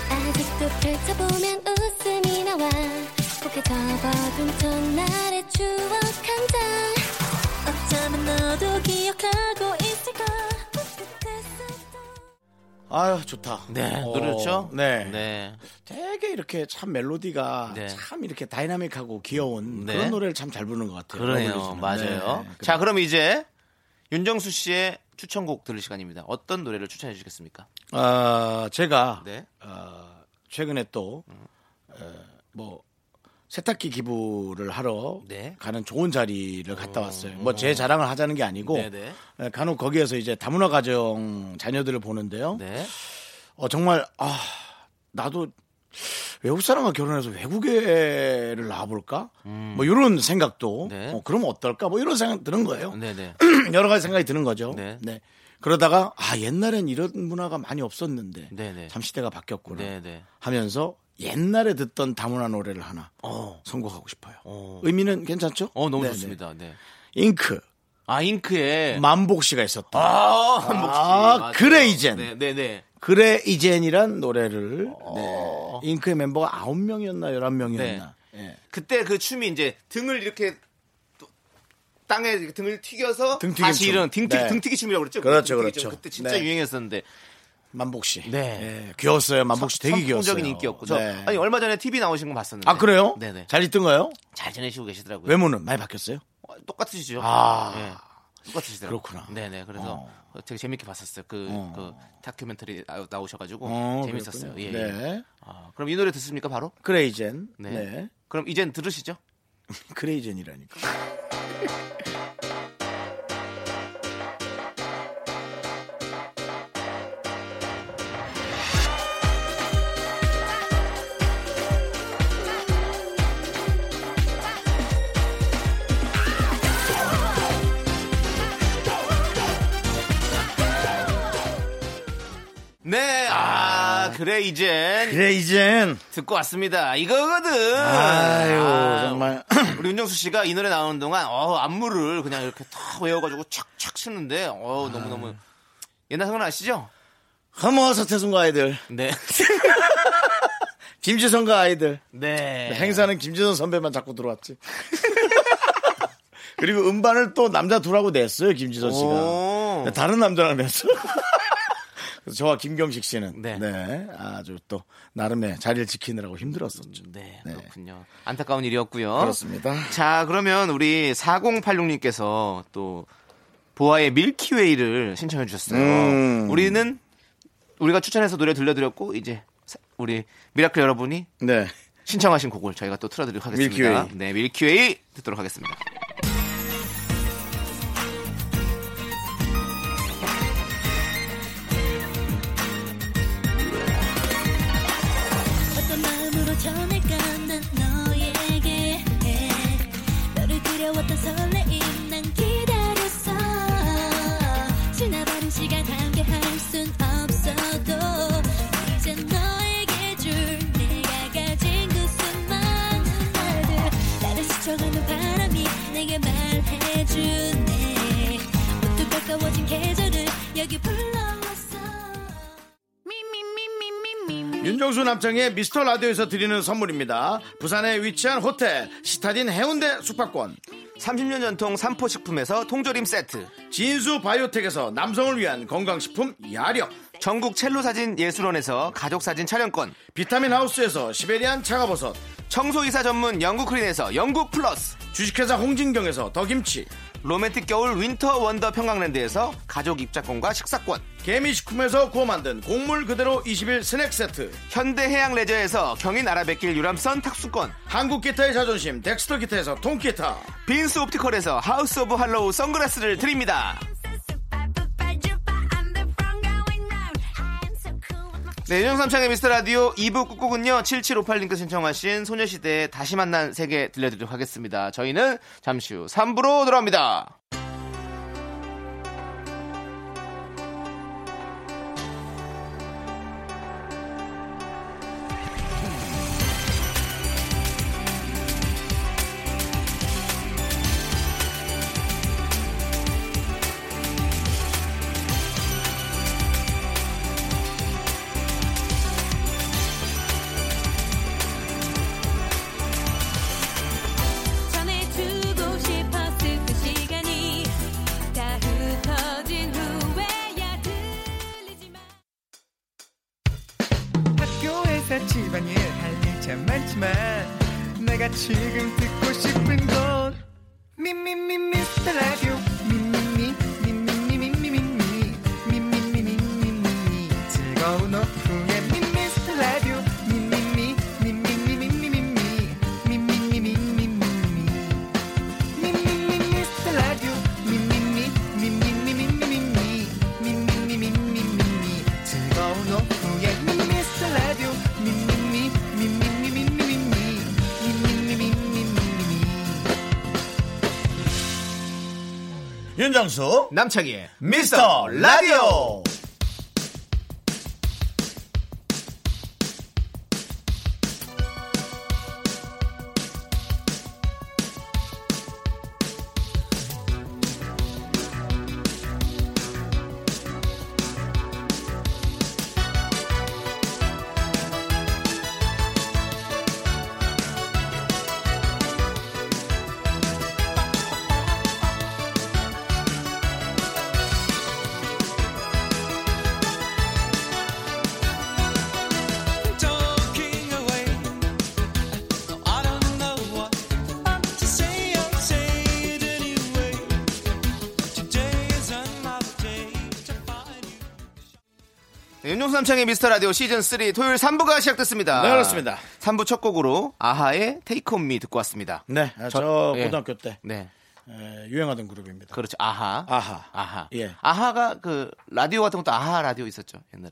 [SPEAKER 4] 아직도 펼쳐보면 웃음이 나와 고개 접어둔 첫날의 추억 한장 어쩌면 너도 기억하고 있을까
[SPEAKER 1] 아유, 좋다.
[SPEAKER 2] 네,
[SPEAKER 1] 어,
[SPEAKER 2] 노래 좋죠?
[SPEAKER 1] 네.
[SPEAKER 2] 네.
[SPEAKER 1] 되게 이렇게 참 멜로디가
[SPEAKER 2] 네.
[SPEAKER 1] 참 이렇게 다이나믹하고 귀여운
[SPEAKER 2] 네.
[SPEAKER 1] 그런 노래를 참 잘 부르는 것 같아요.
[SPEAKER 2] 그러네요.
[SPEAKER 1] 러블리즈는.
[SPEAKER 2] 맞아요.
[SPEAKER 1] 네.
[SPEAKER 2] 자, 그럼 이제 윤정수 씨의 추천곡 들을 시간입니다. 어떤 노래를 추천해 주시겠습니까?
[SPEAKER 1] 어, 제가
[SPEAKER 2] 네.
[SPEAKER 1] 어, 최근에 또 어, 뭐. 세탁기 기부를 하러
[SPEAKER 2] 네. 음.
[SPEAKER 1] 가는 좋은 자리를 갔다 왔어요. 뭐 제 자랑을 하자는 게 아니고
[SPEAKER 2] 네네.
[SPEAKER 1] 에, 간혹 거기에서 이제 다문화 가정 자녀들을 보는데요.
[SPEAKER 2] 네.
[SPEAKER 1] 어, 정말 아 나도 외국 사람과 결혼해서 외국애를 낳아볼까? 뭐 이런 생각도
[SPEAKER 2] 음. 네.
[SPEAKER 1] 어, 그러면 어떨까? 뭐 이런 생각 드는 거예요.
[SPEAKER 2] 네네.
[SPEAKER 1] 여러 가지 생각이 드는 거죠.
[SPEAKER 2] 네.
[SPEAKER 1] 네. 그러다가 아 옛날엔 이런 문화가 많이 없었는데
[SPEAKER 2] 네네.
[SPEAKER 1] 참 시대가 바뀌었구나
[SPEAKER 2] 네네.
[SPEAKER 1] 하면서 옛날에 듣던 다문화 노래를 하나
[SPEAKER 2] 어.
[SPEAKER 1] 선곡하고 싶어요.
[SPEAKER 2] 어.
[SPEAKER 1] 의미는 괜찮죠?
[SPEAKER 2] 어 너무
[SPEAKER 1] 네네.
[SPEAKER 2] 좋습니다. 네.
[SPEAKER 1] 잉크
[SPEAKER 2] 아 잉크에
[SPEAKER 1] 만복 씨가 있었다.
[SPEAKER 2] 아,
[SPEAKER 1] 아, 그래, 이젠.
[SPEAKER 2] 네네네.
[SPEAKER 1] 그래 이젠이란 노래를
[SPEAKER 2] 어.
[SPEAKER 1] 네. 잉크의 멤버가 9명이었나 11명이었나 네.
[SPEAKER 2] 그때 그 춤이 이제 등을 이렇게 또 땅에 이렇게 등을 튀겨서
[SPEAKER 1] 등 튀김
[SPEAKER 2] 다시
[SPEAKER 1] 춤.
[SPEAKER 2] 이런 등튀,
[SPEAKER 1] 네.
[SPEAKER 2] 등튀기 춤이라고 그랬죠?
[SPEAKER 1] 그렇죠,
[SPEAKER 2] 등튀기 춤.
[SPEAKER 1] 그렇죠.
[SPEAKER 2] 그때 진짜
[SPEAKER 1] 네.
[SPEAKER 2] 유행했었는데
[SPEAKER 1] 만복 씨.
[SPEAKER 2] 네.
[SPEAKER 1] 예, 귀여웠어요. 만복 씨 되게 귀여웠어요.
[SPEAKER 2] 선풍적인 인기였고 저
[SPEAKER 1] 네.
[SPEAKER 2] 아니 얼마 전에 TV 나오신 거 봤었는데.
[SPEAKER 1] 아 그래요?
[SPEAKER 2] 네네. 잘,
[SPEAKER 1] 잘 있던가요?
[SPEAKER 2] 지내시고 계시더라고요.
[SPEAKER 1] 외모는 많이 바뀌었어요?
[SPEAKER 2] 어, 똑같으시죠?
[SPEAKER 1] 아.
[SPEAKER 2] 네. 똑같으시더라고요.
[SPEAKER 1] 그렇구나.
[SPEAKER 2] 네네. 그래서
[SPEAKER 1] 어.
[SPEAKER 2] 되게 재밌게 봤었어요. 그,
[SPEAKER 1] 어.
[SPEAKER 2] 그 다큐멘터리 나- 나오셔가지고
[SPEAKER 1] 어,
[SPEAKER 2] 재밌었어요.
[SPEAKER 1] 그랬군요.
[SPEAKER 2] 예. 예.
[SPEAKER 1] 네.
[SPEAKER 2] 아, 그럼 이 노래 듣습니까 바로?
[SPEAKER 1] 그래 이젠.
[SPEAKER 2] 네.
[SPEAKER 1] 네.
[SPEAKER 2] 그럼 이젠 들으시죠.
[SPEAKER 1] 그래 이젠이라니까.
[SPEAKER 2] 네, 아, 그래 이젠
[SPEAKER 1] 그래 이젠.
[SPEAKER 2] 듣고 왔습니다. 이거거든.
[SPEAKER 1] 아유
[SPEAKER 2] 아,
[SPEAKER 1] 정말.
[SPEAKER 2] 우리 윤정수 씨가 이 노래 나오는 동안 어, 안무를 그냥 이렇게 탁 외워가지고 착착 치는데 어 너무
[SPEAKER 1] 아.
[SPEAKER 2] 너무 옛날 생각나시죠?
[SPEAKER 1] 허머 서태순과 아이들.
[SPEAKER 2] 네,
[SPEAKER 1] 김지선과 아이들.
[SPEAKER 2] 네.
[SPEAKER 1] 행사는 김지선 선배만 자꾸 들어왔지. 그리고 음반을 또 남자 둘하고 냈어요, 김지선
[SPEAKER 2] 오.
[SPEAKER 1] 씨가. 다른 남자랑 냈어요. 그래서 저와 김경식 씨는
[SPEAKER 2] 네.
[SPEAKER 1] 네. 아주 또 나름의 자리를 지키느라고 힘들었었죠.
[SPEAKER 2] 네,
[SPEAKER 1] 네.
[SPEAKER 2] 그렇군요. 안타까운 일이었고요.
[SPEAKER 1] 그렇습니다.
[SPEAKER 2] 자, 그러면 우리 4086님께서 또 보아의 밀키웨이를 신청해 주셨어요.
[SPEAKER 1] 음.
[SPEAKER 2] 우리는 우리가 추천해서 노래 들려드렸고 이제 사- 우리 미라클 여러분이
[SPEAKER 1] 네.
[SPEAKER 2] 신청하신 곡을 저희가 또 틀어드리도록 하겠습니다.
[SPEAKER 1] 밀키웨이.
[SPEAKER 2] 네, 밀키웨이 듣도록 하겠습니다.
[SPEAKER 4] 어떤 마음으로 전할까 난 너에게 너를 그려왔던 설레임 난 기다렸어 지나버린 시간 함께 할 순 없어도 이제 너에게 줄 내가 가진 그 수많은 말들 나를 스쳐가는 바람이 내게 말해주네 모두 가까워진 계절을 여기 불러왔어
[SPEAKER 1] 윤정수 남창의 미스터 라디오에서 드리는 선물입니다. 부산에 위치한 호텔, 시타딘 해운대 숙박권,
[SPEAKER 2] 30년 전통 삼포식품에서 통조림 세트,
[SPEAKER 1] 진수 바이오텍에서 남성을 위한 건강식품 야력,
[SPEAKER 2] 전국 첼로 사진 예술원에서 가족 사진 촬영권,
[SPEAKER 1] 비타민 하우스에서 시베리안 차가버섯,
[SPEAKER 2] 청소이사 전문 영국 크린에서 영국 플러스,
[SPEAKER 1] 주식회사 홍진경에서 더김치,
[SPEAKER 2] 로맨틱 겨울 윈터 원더 평강랜드에서 가족 입자권과 식사권,
[SPEAKER 1] 개미식품에서 구워 만든 곡물 그대로 21 스낵 세트
[SPEAKER 2] 현대 해양 레저에서 경인 아라뱃길 유람선 탁수권,
[SPEAKER 1] 한국 기타의 자존심 덱스터 기타에서 통기타
[SPEAKER 2] 빈스 옵티컬에서 하우스 오브 할로우 선글라스를 드립니다. 네, 윤정삼창의 미스터 라디오 2부 꾹꾹은요, 7758님께서 신청하신 소녀시대의 다시 만난 세계 들려드리도록 하겠습니다. 저희는 잠시 후 3부로 돌아옵니다.
[SPEAKER 4] 전해주고 싶었을 그 시간이 다 흩어진 후에야 들리지만
[SPEAKER 7] 학교에서 집안일 할 일 참 많지만 내가 지금 듣고 싶은 건 미미미 미스터 라디오 미미미 미미미 미미미 미미미 미미미 즐거운 오후에 미스터 라디오 미미미 미미미 미미미 미미미 미미미
[SPEAKER 8] 윤정수
[SPEAKER 2] 남창희의
[SPEAKER 8] 미스터 라디오
[SPEAKER 2] 네, 윤종수 남창의 미스터 라디오 시즌 3 토요일 3부가 시작됐습니다.
[SPEAKER 1] 네, 그렇습니다.
[SPEAKER 2] 3부 첫 곡으로 아하의 테이크 온미 듣고 왔습니다.
[SPEAKER 1] 네, 아, 저,
[SPEAKER 2] 예.
[SPEAKER 1] 고등학교 때
[SPEAKER 2] 네.
[SPEAKER 1] 에, 유행하던 그룹입니다.
[SPEAKER 2] 그렇죠. 아하.
[SPEAKER 1] 아하.
[SPEAKER 2] 아하.
[SPEAKER 1] 예.
[SPEAKER 2] 아하가 그 라디오 같은 것도 아하 라디오 있었죠. 옛날에.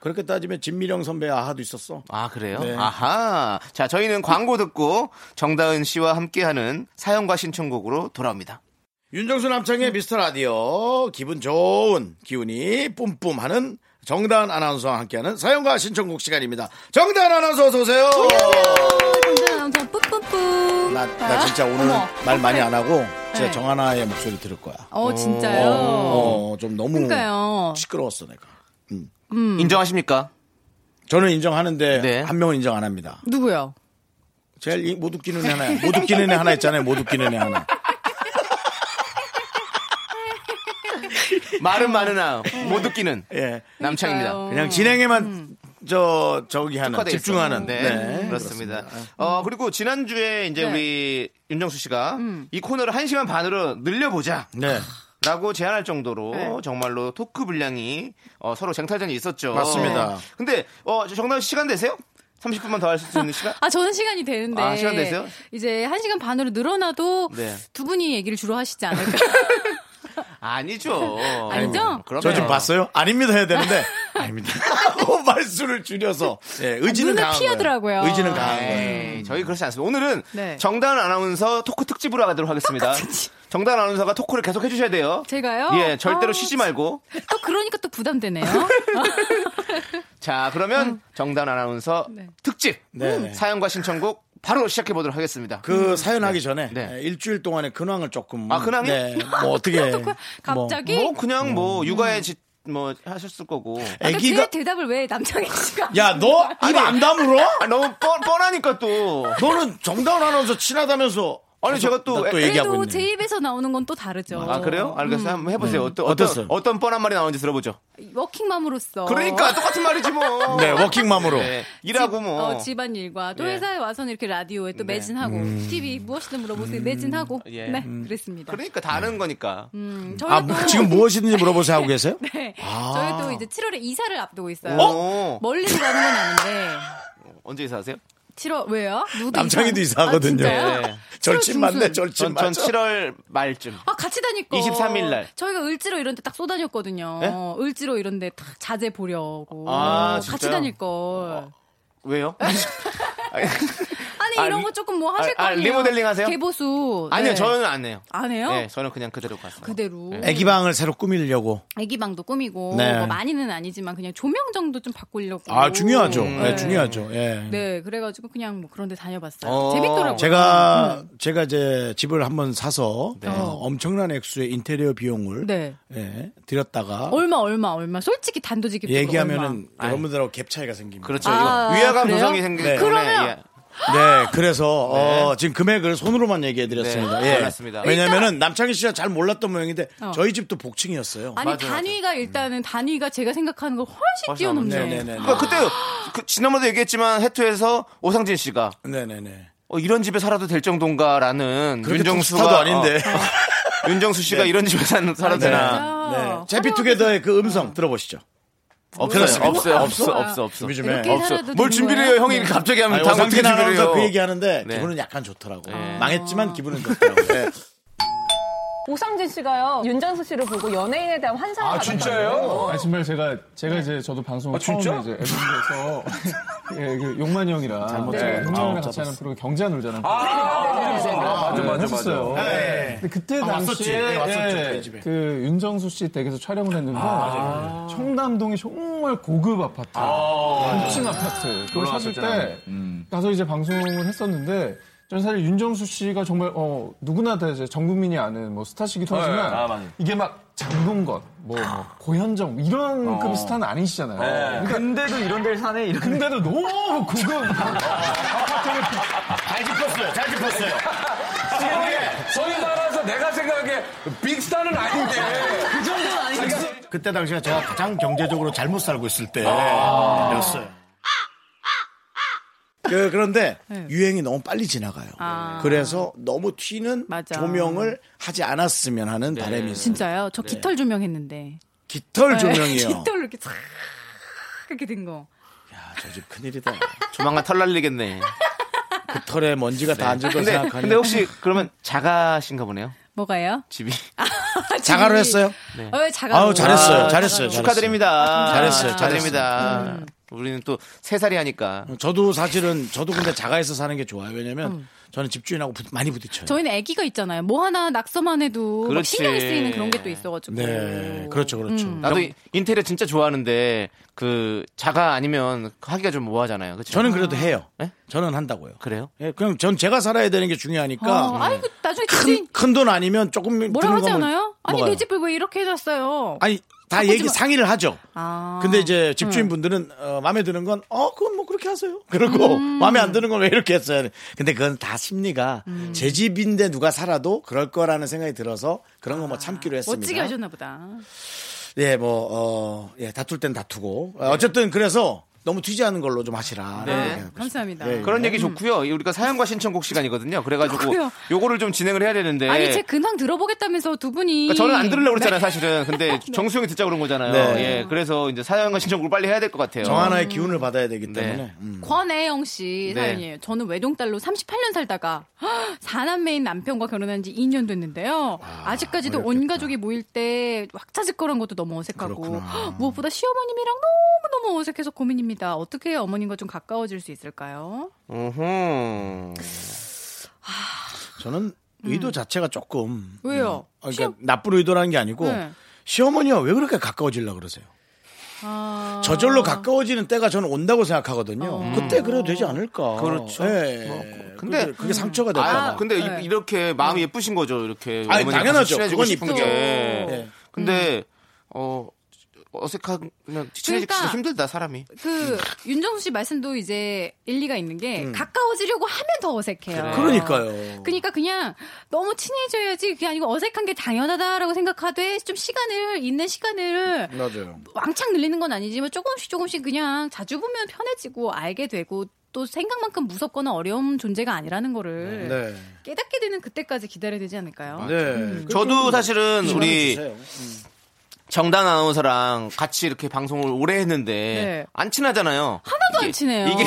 [SPEAKER 1] 그렇게 따지면 진미령 선배 아하도 있었어.
[SPEAKER 2] 아, 그래요?
[SPEAKER 1] 네.
[SPEAKER 2] 아하. 자, 저희는 광고 듣고 정다은 씨와 함께하는 사연과 신청곡으로 돌아옵니다.
[SPEAKER 1] 윤정수 남창의 미스터 라디오 기분 좋은 기운이 뿜뿜하는 정다은 아나운서와 함께하는 사연과 신청곡 시간입니다. 정다은 아나운서 어서 오세요.
[SPEAKER 4] 남자 뿌뿌뿌.
[SPEAKER 1] 나, 나 진짜 오늘
[SPEAKER 9] 어머,
[SPEAKER 1] 말 많이 안 하고 진짜
[SPEAKER 9] 네.
[SPEAKER 1] 정하나의 목소리 들을 거야.
[SPEAKER 9] 어 진짜요?
[SPEAKER 1] 어, 좀 너무
[SPEAKER 9] 그러니까요.
[SPEAKER 1] 시끄러웠어 내가.
[SPEAKER 2] 음. 인정하십니까?
[SPEAKER 1] 저는 인정하는데
[SPEAKER 2] 네.
[SPEAKER 1] 한 명은 인정 안 합니다.
[SPEAKER 9] 누구요?
[SPEAKER 1] 제일 이- 못 웃기는 애 하나야. 못 웃기는 애 하나 있잖아요. 못 웃기는 애 하나.
[SPEAKER 2] 말은 많으나 못 웃기는
[SPEAKER 1] 예.
[SPEAKER 2] 남창입니다.
[SPEAKER 1] 그냥 진행에만 저 저기 하는
[SPEAKER 2] 특화돼
[SPEAKER 1] 집중하는.
[SPEAKER 2] 있어요. 네, 그렇습니다. 어 그리고 지난 주에 이제
[SPEAKER 9] 네.
[SPEAKER 2] 우리 윤정수 씨가 이 코너를 1 시간 반으로 늘려보자.
[SPEAKER 1] 네.
[SPEAKER 2] 아, 라고 제안할 정도로
[SPEAKER 9] 네.
[SPEAKER 2] 정말로 토크 분량이 어, 서로 쟁탈전이 있었죠.
[SPEAKER 1] 맞습니다.
[SPEAKER 2] 근데 어, 저 정답 시간 되세요? 30분만 더 할 수 있는 시간?
[SPEAKER 9] 아 저는 시간이 되는데
[SPEAKER 2] 아, 시간 되세요?
[SPEAKER 9] 이제 한 시간 반으로 늘어나도
[SPEAKER 2] 네.
[SPEAKER 9] 두 분이 얘기를 주로 하시지 않을까?
[SPEAKER 2] 아니죠.
[SPEAKER 9] 아니죠?
[SPEAKER 2] 그럼요.
[SPEAKER 1] 저 지금 봤어요? 아닙니다 해야 되는데 아닙니다. 하고 말수를 줄여서 예, 의지는
[SPEAKER 9] 눈을
[SPEAKER 1] 강한
[SPEAKER 9] 피하더라고요.
[SPEAKER 1] 거예요. 의지는 강한
[SPEAKER 2] 네.
[SPEAKER 1] 거예요. 음.
[SPEAKER 2] 에이, 아, 저희 그렇지 않습니다. 오늘은
[SPEAKER 9] 네.
[SPEAKER 2] 정다은 아나운서 토크 특집으로 가도록 하겠습니다. 정다은 아나운서가 토크를 계속 해주셔야 돼요.
[SPEAKER 9] 제가요?
[SPEAKER 2] 예, 절대로
[SPEAKER 9] 아우,
[SPEAKER 2] 쉬지 말고.
[SPEAKER 9] 또 그러니까 또 부담되네요. 그러니까
[SPEAKER 2] 자, 그러면 정단 아나운서
[SPEAKER 9] 음. 네.
[SPEAKER 2] 특집
[SPEAKER 1] 네,
[SPEAKER 2] 음,
[SPEAKER 1] 네.
[SPEAKER 2] 사연과 신청곡 바로 시작해 보도록 하겠습니다.
[SPEAKER 1] 그 사연하기 전에
[SPEAKER 2] 네.
[SPEAKER 1] 예, 일주일 동안의 근황을 조금
[SPEAKER 2] 아, 근황이요?
[SPEAKER 1] 네, 뭐 어떻게
[SPEAKER 9] 갑자기
[SPEAKER 2] 뭐 그냥
[SPEAKER 1] 음.
[SPEAKER 2] 뭐 육아에 지, 뭐 하셨을 거고.
[SPEAKER 1] 뭐
[SPEAKER 9] 아까 그 제
[SPEAKER 1] 애기가
[SPEAKER 9] 대답을 왜 남창희 씨가
[SPEAKER 1] 야 너 입 안 다물어?
[SPEAKER 2] 아, 너무 뻔, 뻔하니까 또.
[SPEAKER 9] 어.
[SPEAKER 1] 너는 정다운 아나운서 친하다면서
[SPEAKER 2] 아니,
[SPEAKER 1] 계속
[SPEAKER 2] 제가 또
[SPEAKER 1] 나
[SPEAKER 2] 애-
[SPEAKER 1] 얘기하고
[SPEAKER 9] 그래도
[SPEAKER 1] 있네.
[SPEAKER 9] 제 입에서 나오는 건 또 다르죠.
[SPEAKER 2] 아 그래요? 알겠어요. 한번 해보세요. 어떤
[SPEAKER 1] 네. 어땠어요?
[SPEAKER 2] 어떤 어떤 뻔한 말이 나오는지 들어보죠.
[SPEAKER 9] 워킹맘으로서
[SPEAKER 2] 그러니까 똑같은 말이지 뭐.
[SPEAKER 1] 네 워킹맘으로
[SPEAKER 2] 네, 일하고
[SPEAKER 9] 집-
[SPEAKER 2] 뭐.
[SPEAKER 9] 어, 집안 일과 또
[SPEAKER 2] 예. 네. 음.
[SPEAKER 9] 회사에 와서는 이렇게 라디오에 또 매진하고 TV 무엇이든 물어보세요 매진하고
[SPEAKER 2] 예.
[SPEAKER 9] 네 그랬습니다.
[SPEAKER 2] 그러니까
[SPEAKER 1] 네.
[SPEAKER 2] 다른 거니까.
[SPEAKER 9] 음, 저희
[SPEAKER 1] 아
[SPEAKER 9] 또
[SPEAKER 1] 뭐, 지금 무엇이든지 물어보세요 하고 계세요?
[SPEAKER 9] 네, 저희 또 이제 7월에 이사를 앞두고 있어요.
[SPEAKER 2] 어?
[SPEAKER 9] 멀리서 가는 건 아닌데
[SPEAKER 2] 언제 이사하세요?
[SPEAKER 9] 7월 왜요? 누구도
[SPEAKER 1] 남창희도
[SPEAKER 9] 이사-
[SPEAKER 1] 이사하거든요.
[SPEAKER 9] 아, 진짜요?
[SPEAKER 2] 네.
[SPEAKER 1] 절친 맞네
[SPEAKER 9] 중순.
[SPEAKER 1] 절친
[SPEAKER 2] 전, 전
[SPEAKER 1] 맞죠?
[SPEAKER 2] 7월 말쯤.
[SPEAKER 9] 아 같이 다니고
[SPEAKER 2] 23일 날.
[SPEAKER 9] 저희가 을지로 이런 데 딱 쏘다녔거든요.
[SPEAKER 2] 예?
[SPEAKER 9] 을지로 이런 데 딱 자제 보려고
[SPEAKER 2] 아,
[SPEAKER 9] 같이
[SPEAKER 2] 진짜요?
[SPEAKER 9] 다닐 걸.
[SPEAKER 2] 왜요?
[SPEAKER 9] 아니
[SPEAKER 2] 아,
[SPEAKER 9] 이런
[SPEAKER 2] 리-
[SPEAKER 9] 거 조금 뭐 하실
[SPEAKER 2] 아, 아,
[SPEAKER 9] 거예요.
[SPEAKER 2] 리모델링 하세요?
[SPEAKER 9] 개보수.
[SPEAKER 2] 아니요,
[SPEAKER 9] 네.
[SPEAKER 2] 저는 안 해요.
[SPEAKER 9] 안 해요?
[SPEAKER 2] 네, 저는 그냥 그대로 갔어요.
[SPEAKER 9] 그대로.
[SPEAKER 1] 네. 애기방을 새로 꾸미려고
[SPEAKER 9] 애기방도 꾸미고
[SPEAKER 1] 네.
[SPEAKER 9] 뭐 많이는 아니지만 그냥 조명 정도 좀 바꾸려고.
[SPEAKER 1] 아 중요하죠.
[SPEAKER 2] 음.
[SPEAKER 1] 예, 중요하죠. 예.
[SPEAKER 9] 네, 그래가지고 그냥 뭐 그런 데 다녀봤어요.
[SPEAKER 2] 어.
[SPEAKER 9] 재밌더라고요.
[SPEAKER 1] 제가 제가 이제 집을 한번 사서 어, 엄청난 액수의 인테리어 비용을
[SPEAKER 9] 네.
[SPEAKER 1] 예, 들였다가
[SPEAKER 9] 얼마 얼마 얼마. 솔직히 단도직입.
[SPEAKER 1] 얘기하면은 여러분들하고 갭 차이가 생깁니다.
[SPEAKER 2] 그렇죠.
[SPEAKER 9] 아,
[SPEAKER 2] 이거 위화감
[SPEAKER 9] 그래요?
[SPEAKER 2] 조성이 생기기
[SPEAKER 1] 네.
[SPEAKER 2] 때문에
[SPEAKER 9] 그러면-
[SPEAKER 2] 예.
[SPEAKER 1] 네, 그래서 어, 지금 금액을 손으로만 얘기해 드렸습니다.
[SPEAKER 2] 네,
[SPEAKER 1] 예.
[SPEAKER 2] 알았습니다.
[SPEAKER 1] 왜냐면은 남창희 씨가 잘 몰랐던 모양인데
[SPEAKER 9] 어.
[SPEAKER 1] 저희 집도 복층이었어요. 음.
[SPEAKER 9] 아니
[SPEAKER 2] 맞아, 맞아.
[SPEAKER 9] 단위가 일단은 단위가 제가 생각하는 걸 훨씬
[SPEAKER 2] 훨씬
[SPEAKER 9] 뛰어넘네.
[SPEAKER 1] 네, 네, 네.
[SPEAKER 2] 그러니까 그때 그 지난번에 얘기했지만 해투에서 오상진 씨가
[SPEAKER 1] 네, 네, 네.
[SPEAKER 2] 어, 이런 집에 살아도 될 정도인가라는
[SPEAKER 1] 그렇게
[SPEAKER 2] 윤정수가
[SPEAKER 1] 톱스타도 아닌데.
[SPEAKER 2] 어, 윤정수 씨가 이런 집에 사- 살아도
[SPEAKER 1] 네.
[SPEAKER 2] 되나
[SPEAKER 9] 진짜.
[SPEAKER 1] 네. 제피투게더의 그 음성 들어보시죠. 네.
[SPEAKER 2] 없어요. 없어요. 없어
[SPEAKER 9] 없어요.
[SPEAKER 2] 없어 없어.
[SPEAKER 1] 준비 좀 해.
[SPEAKER 9] 이렇게
[SPEAKER 1] 없어.
[SPEAKER 9] 살아도
[SPEAKER 2] 뭘
[SPEAKER 9] 되는
[SPEAKER 2] 준비를 해요
[SPEAKER 9] 거예요?
[SPEAKER 2] 형이
[SPEAKER 9] 네.
[SPEAKER 2] 갑자기 하면
[SPEAKER 1] 아니,
[SPEAKER 2] 다 어떻게
[SPEAKER 1] 오상진
[SPEAKER 2] 준비를
[SPEAKER 1] 아나운서
[SPEAKER 2] 해요.
[SPEAKER 1] 그 얘기하는데
[SPEAKER 2] 네.
[SPEAKER 1] 기분은 약간 좋더라고.
[SPEAKER 9] 아.
[SPEAKER 2] 네.
[SPEAKER 1] 망했지만 기분은 좋더라고. 네.
[SPEAKER 10] 오상진 씨가요 윤정수 씨를 보고 연예인에 대한 환상을 아,
[SPEAKER 7] 아, 정말 제가 제가 이제 저도 방송을 처음에 이제 네, 앱에서 예, 그 용만이 형이랑 용만이 형이랑 같이 하는 프로 경제한 놀자는 프로 아, 맞아, 맞아, 했었어요.
[SPEAKER 11] 맞아. 네.
[SPEAKER 7] 근데 그때
[SPEAKER 11] 아, 왔었지.
[SPEAKER 7] 당시에
[SPEAKER 11] 네, 왔었죠.
[SPEAKER 7] 예,
[SPEAKER 11] 저희 집에.
[SPEAKER 7] 그 윤정수 씨 댁에서 촬영을 했는데
[SPEAKER 11] 아,
[SPEAKER 7] 청담동이 정말 고급 아파트,
[SPEAKER 11] 아, 음.
[SPEAKER 7] 고층
[SPEAKER 11] 맞아.
[SPEAKER 7] 아파트 그걸 샀을 때
[SPEAKER 11] 올라왔었잖아요.
[SPEAKER 7] 가서 이제 방송을 했었는데 저는 사실 윤정수 씨가 정말 어, 누구나 다 이제 전 국민이 아는 뭐 스타시기도 하지만
[SPEAKER 11] 네, 아, 맞아요.
[SPEAKER 7] 이게 막 장동건, 뭐, 뭐 고현정 이런
[SPEAKER 11] 어.
[SPEAKER 7] 급 스타는 아니시잖아요.
[SPEAKER 11] 네.
[SPEAKER 7] 근데도 이런 데를 사네. 이런 근데도 너무 고급 아파트를
[SPEAKER 11] 잘 짚었어요. 잘 짚었어요.
[SPEAKER 12] 소위 말해서 내가 생각하기에 빅스타는 아닌데.
[SPEAKER 11] 그 정도는 아니죠.
[SPEAKER 8] 그때 당시가 제가 가장 경제적으로 잘못 살고 있을
[SPEAKER 1] 아.
[SPEAKER 8] 때였어요.
[SPEAKER 1] 그, 그런데 유행이 너무 빨리 지나가요. 그래서 너무 튀는 조명을 하지 않았으면 하는
[SPEAKER 8] 네.
[SPEAKER 1] 바람이 있어요.
[SPEAKER 9] 진짜요? 저
[SPEAKER 1] 네.
[SPEAKER 9] 깃털 조명했는데.
[SPEAKER 1] 깃털
[SPEAKER 9] 네,
[SPEAKER 1] 조명이요.
[SPEAKER 9] 깃털로 이렇게 싹 이렇게 된 거.
[SPEAKER 1] 저 집 큰일이다.
[SPEAKER 2] 조만간 털 날리겠네.
[SPEAKER 1] 그 털에 먼지가
[SPEAKER 8] 네.
[SPEAKER 1] 다 앉을 걸
[SPEAKER 2] 근데,
[SPEAKER 1] 생각하니.
[SPEAKER 2] 근데 혹시 그러면 자가신가 보네요.
[SPEAKER 9] 뭐가요?
[SPEAKER 2] 집이.
[SPEAKER 1] 자가로 했어요?
[SPEAKER 2] 네.
[SPEAKER 9] 어, 자가로.
[SPEAKER 1] 아우, 아, 잘했어요. 잘했어요.
[SPEAKER 2] 축하드립니다. 아,
[SPEAKER 1] 잘했어요. 음.
[SPEAKER 2] 축하드립니다.
[SPEAKER 1] 잘했어요.
[SPEAKER 2] 우리는 또 세 살이 하니까.
[SPEAKER 1] 어, 저도 사실은 저도 근데 자가에서 사는 게 좋아요. 왜냐면 저는 집주인하고 부- 많이 부딪혀요.
[SPEAKER 9] 음. 저희는 아기가 있잖아요. 뭐 하나 낙서만 해도 막
[SPEAKER 2] 그렇지.
[SPEAKER 9] 신경이 쓰이는 그런 게 또 있어가지고. 음. 어,
[SPEAKER 1] 네, 그렇죠, 그렇죠.
[SPEAKER 2] 나도 이- 인테리어 진짜 좋아하는데 그 자가 아니면 하기가 좀 뭐하잖아요. 그렇죠?
[SPEAKER 1] 저는 그래도 해요. 저는 한다고요.
[SPEAKER 2] 그래요?
[SPEAKER 1] 예, 그냥 전 제가 살아야 되는 게 중요하니까 음,
[SPEAKER 9] 아, 아이고, 나중에 집주인
[SPEAKER 1] 그러니까 큰 돈 아니면 조금
[SPEAKER 9] 뭐라고
[SPEAKER 1] 드는
[SPEAKER 9] 하지
[SPEAKER 1] 거면
[SPEAKER 9] 않아요? 아니,
[SPEAKER 1] 먹어요.
[SPEAKER 9] 내 집을 왜 이렇게 해놨어요?
[SPEAKER 1] 아니 다 얘기 상의를 하죠.
[SPEAKER 9] 아.
[SPEAKER 1] 근데 이제 집주인분들은 어, 마음에 드는 건 어 그건 뭐 그렇게 하세요. 그러고 마음에 안 드는 건 왜 이렇게 했어요. 근데 그건 다 심리가
[SPEAKER 9] 음.
[SPEAKER 1] 제 집인데 누가 살아도 그럴 거라는 생각이 들어서 그런 거 뭐 참기로 했습니다.
[SPEAKER 9] 멋지게 하셨나 보다.
[SPEAKER 1] 예, 뭐, 어, 예, 다툴 땐 다투고. 어, 어쨌든 그래서 너무 튀지 않은 걸로 좀 하시라.
[SPEAKER 2] 네.
[SPEAKER 9] 감사합니다.
[SPEAKER 2] 네, 그런
[SPEAKER 1] 음.
[SPEAKER 2] 얘기 좋고요. 우리가 사연과 신청곡 시간이거든요. 그래가지고
[SPEAKER 9] 좋고요.
[SPEAKER 2] 요거를 좀 진행을 해야 되는데.
[SPEAKER 9] 아니, 제 근황 들어보겠다면서 두 분이.
[SPEAKER 2] 그러니까 저는 안 들으려고 그랬잖아요, 사실은. 근데 정수 형이 듣자 그런 거잖아요.
[SPEAKER 1] 네.
[SPEAKER 2] 예, 그래서 이제 사연과 신청곡을 빨리 해야 될 것 같아요.
[SPEAKER 1] 정하나의 기운을 받아야 되기 때문에. 음.
[SPEAKER 9] 권혜영 씨
[SPEAKER 2] 네.
[SPEAKER 9] 사연이에요. 저는 외동딸로 38년 살다가 4남매인 남편과 결혼한 지 2년 됐는데요. 아, 직까지도온 가족이 모일 때 왁자지껄한 것도 너무 어색하고 헉, 무엇보다 시어머님이랑 너무너무 어색해서 고민입니다. 어떻게 해야 어머님과 좀 가까워질 수 있을까요?
[SPEAKER 2] 어허.
[SPEAKER 1] 저는 의도 자체가 조금.
[SPEAKER 9] 왜요?
[SPEAKER 1] 어, 그러니까 나쁜 의도라는 게 아니고
[SPEAKER 9] 네.
[SPEAKER 1] 시어머니와 왜 그렇게 가까워지려고 그러세요?
[SPEAKER 9] 아,
[SPEAKER 1] 저절로 가까워지는 때가 저는 온다고 생각하거든요. 그때 그래도 되지 않을까.
[SPEAKER 2] 그렇죠.
[SPEAKER 1] 예. 근데 그게 상처가 될까
[SPEAKER 2] 아,
[SPEAKER 1] 봐.
[SPEAKER 2] 근데 이-
[SPEAKER 9] 네.
[SPEAKER 2] 이렇게 마음이 예쁘신 거죠, 이렇게.
[SPEAKER 1] 아니,
[SPEAKER 2] 어머니가
[SPEAKER 1] 당연하죠.
[SPEAKER 2] 친해지고
[SPEAKER 1] 그건
[SPEAKER 2] 싶은
[SPEAKER 1] 이쁘죠.
[SPEAKER 2] 게.
[SPEAKER 1] 네.
[SPEAKER 2] 근데, 어, 어색한, 그냥 친해지기
[SPEAKER 9] 음. 그러니까
[SPEAKER 2] 진짜 힘들다, 사람이.
[SPEAKER 1] 네.
[SPEAKER 9] 그 윤정수 씨 말씀도 이제 일리가 있는 게
[SPEAKER 2] 음.
[SPEAKER 9] 가까워지려고 하면 더 어색해요.
[SPEAKER 1] 그러니까요.
[SPEAKER 9] 그러니까 그냥 너무 친해져야지 그게 아니고 어색한 게 당연하다라고 생각하되 좀 시간을 있는 시간을
[SPEAKER 1] 맞아요.
[SPEAKER 9] 왕창 늘리는 건 아니지만 조금씩 조금씩 그냥 자주 보면 편해지고 알게 되고 또 생각만큼 무섭거나 어려운 존재가 아니라는 거를
[SPEAKER 1] 네.
[SPEAKER 9] 깨닫게 되는 그때까지 기다려야 되지
[SPEAKER 2] 네.
[SPEAKER 9] 않을까요? 음.
[SPEAKER 2] 저도 사실은
[SPEAKER 1] 시간을
[SPEAKER 2] 우리
[SPEAKER 1] 주세요.
[SPEAKER 2] 정단 아나운서랑 같이 이렇게 방송을 오래 했는데
[SPEAKER 9] 네.
[SPEAKER 2] 안 친하잖아요.
[SPEAKER 9] 하나도 안 친해요.
[SPEAKER 2] 이게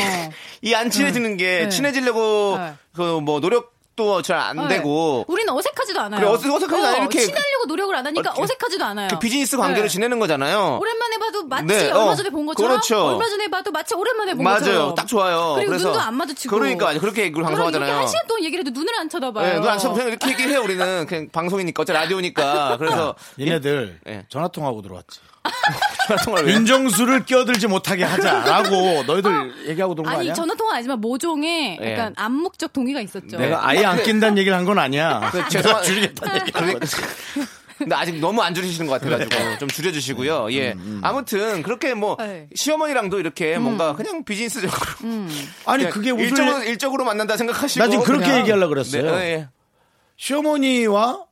[SPEAKER 2] 이 안 친해지는 게
[SPEAKER 9] 네.
[SPEAKER 2] 친해지려고
[SPEAKER 9] 네.
[SPEAKER 2] 그 뭐 노력도 잘 안
[SPEAKER 9] 네.
[SPEAKER 2] 되고
[SPEAKER 9] 우리는 어색하지도 않아요.
[SPEAKER 2] 그래, 어색- 어색하지 않아요.
[SPEAKER 9] 어,
[SPEAKER 2] 이렇게
[SPEAKER 9] 친하려고 노력을 안 하니까
[SPEAKER 2] 이렇게
[SPEAKER 9] 어색하지도 않아요.
[SPEAKER 2] 그 비즈니스 관계로
[SPEAKER 9] 네.
[SPEAKER 2] 지내는 거잖아요.
[SPEAKER 9] 오랜만에 봐도 마치
[SPEAKER 2] 네,
[SPEAKER 9] 얼마
[SPEAKER 2] 어,
[SPEAKER 9] 전에 본 것처럼
[SPEAKER 2] 그렇죠.
[SPEAKER 9] 얼마 전에 봐도 마치 오랜만에 본
[SPEAKER 2] 맞아요.
[SPEAKER 9] 것처럼
[SPEAKER 2] 딱 좋아요.
[SPEAKER 9] 그리고
[SPEAKER 2] 그래서-
[SPEAKER 9] 눈도 안 마주치고
[SPEAKER 2] 그러니까 맞아요. 그렇게 얘기를
[SPEAKER 9] 그럼
[SPEAKER 2] 방송하잖아요.
[SPEAKER 9] 이렇게 한 시간 동안 얘기를 해도 눈을 안 쳐다봐요.
[SPEAKER 2] 예, 눈안 쳐도 그냥 이렇게 얘기를 해요, 우리는. 그냥 방송이니까, 어차피 라디오니까. 그래서.
[SPEAKER 1] 얘네들 전화통화하고 들어왔지.
[SPEAKER 2] 예? 전화통화를 왜?
[SPEAKER 1] 윤정수를 끼어들지 못하게 하자라고 너희들 얘기하고 들어온 거
[SPEAKER 9] 아니
[SPEAKER 1] 아니야?
[SPEAKER 9] 전화 통화 아니지만 모종의
[SPEAKER 2] 네.
[SPEAKER 1] 예.
[SPEAKER 9] 약간 암묵적 동의가 있었죠.
[SPEAKER 1] 네. 내가 아예 안 낀다는 얘기를 한 건 아니야. 네.
[SPEAKER 2] 그,
[SPEAKER 1] 내가
[SPEAKER 2] 죄송한-
[SPEAKER 1] 네, 줄이겠다는 얘기.
[SPEAKER 2] 네. 그러니까- 근데 아직 너무 안 줄이시는 것
[SPEAKER 1] 네.
[SPEAKER 2] 같아가지고 좀
[SPEAKER 1] 음,
[SPEAKER 2] 줄여주시고요. 예. 아무튼 그렇게 뭐
[SPEAKER 12] 네.
[SPEAKER 2] 시어머니랑도
[SPEAKER 9] 음.
[SPEAKER 2] 이렇게 뭔가 그냥 비즈니스적으로
[SPEAKER 1] 아니
[SPEAKER 2] 그냥
[SPEAKER 1] 그게 무슨
[SPEAKER 2] 네. 일적으로 일적으로 만난다 생각하시고
[SPEAKER 1] 나 지금 그렇게
[SPEAKER 2] 그냥-
[SPEAKER 1] 얘기하려고 그랬어요.
[SPEAKER 2] 네, 네, 예.
[SPEAKER 1] 시어머니와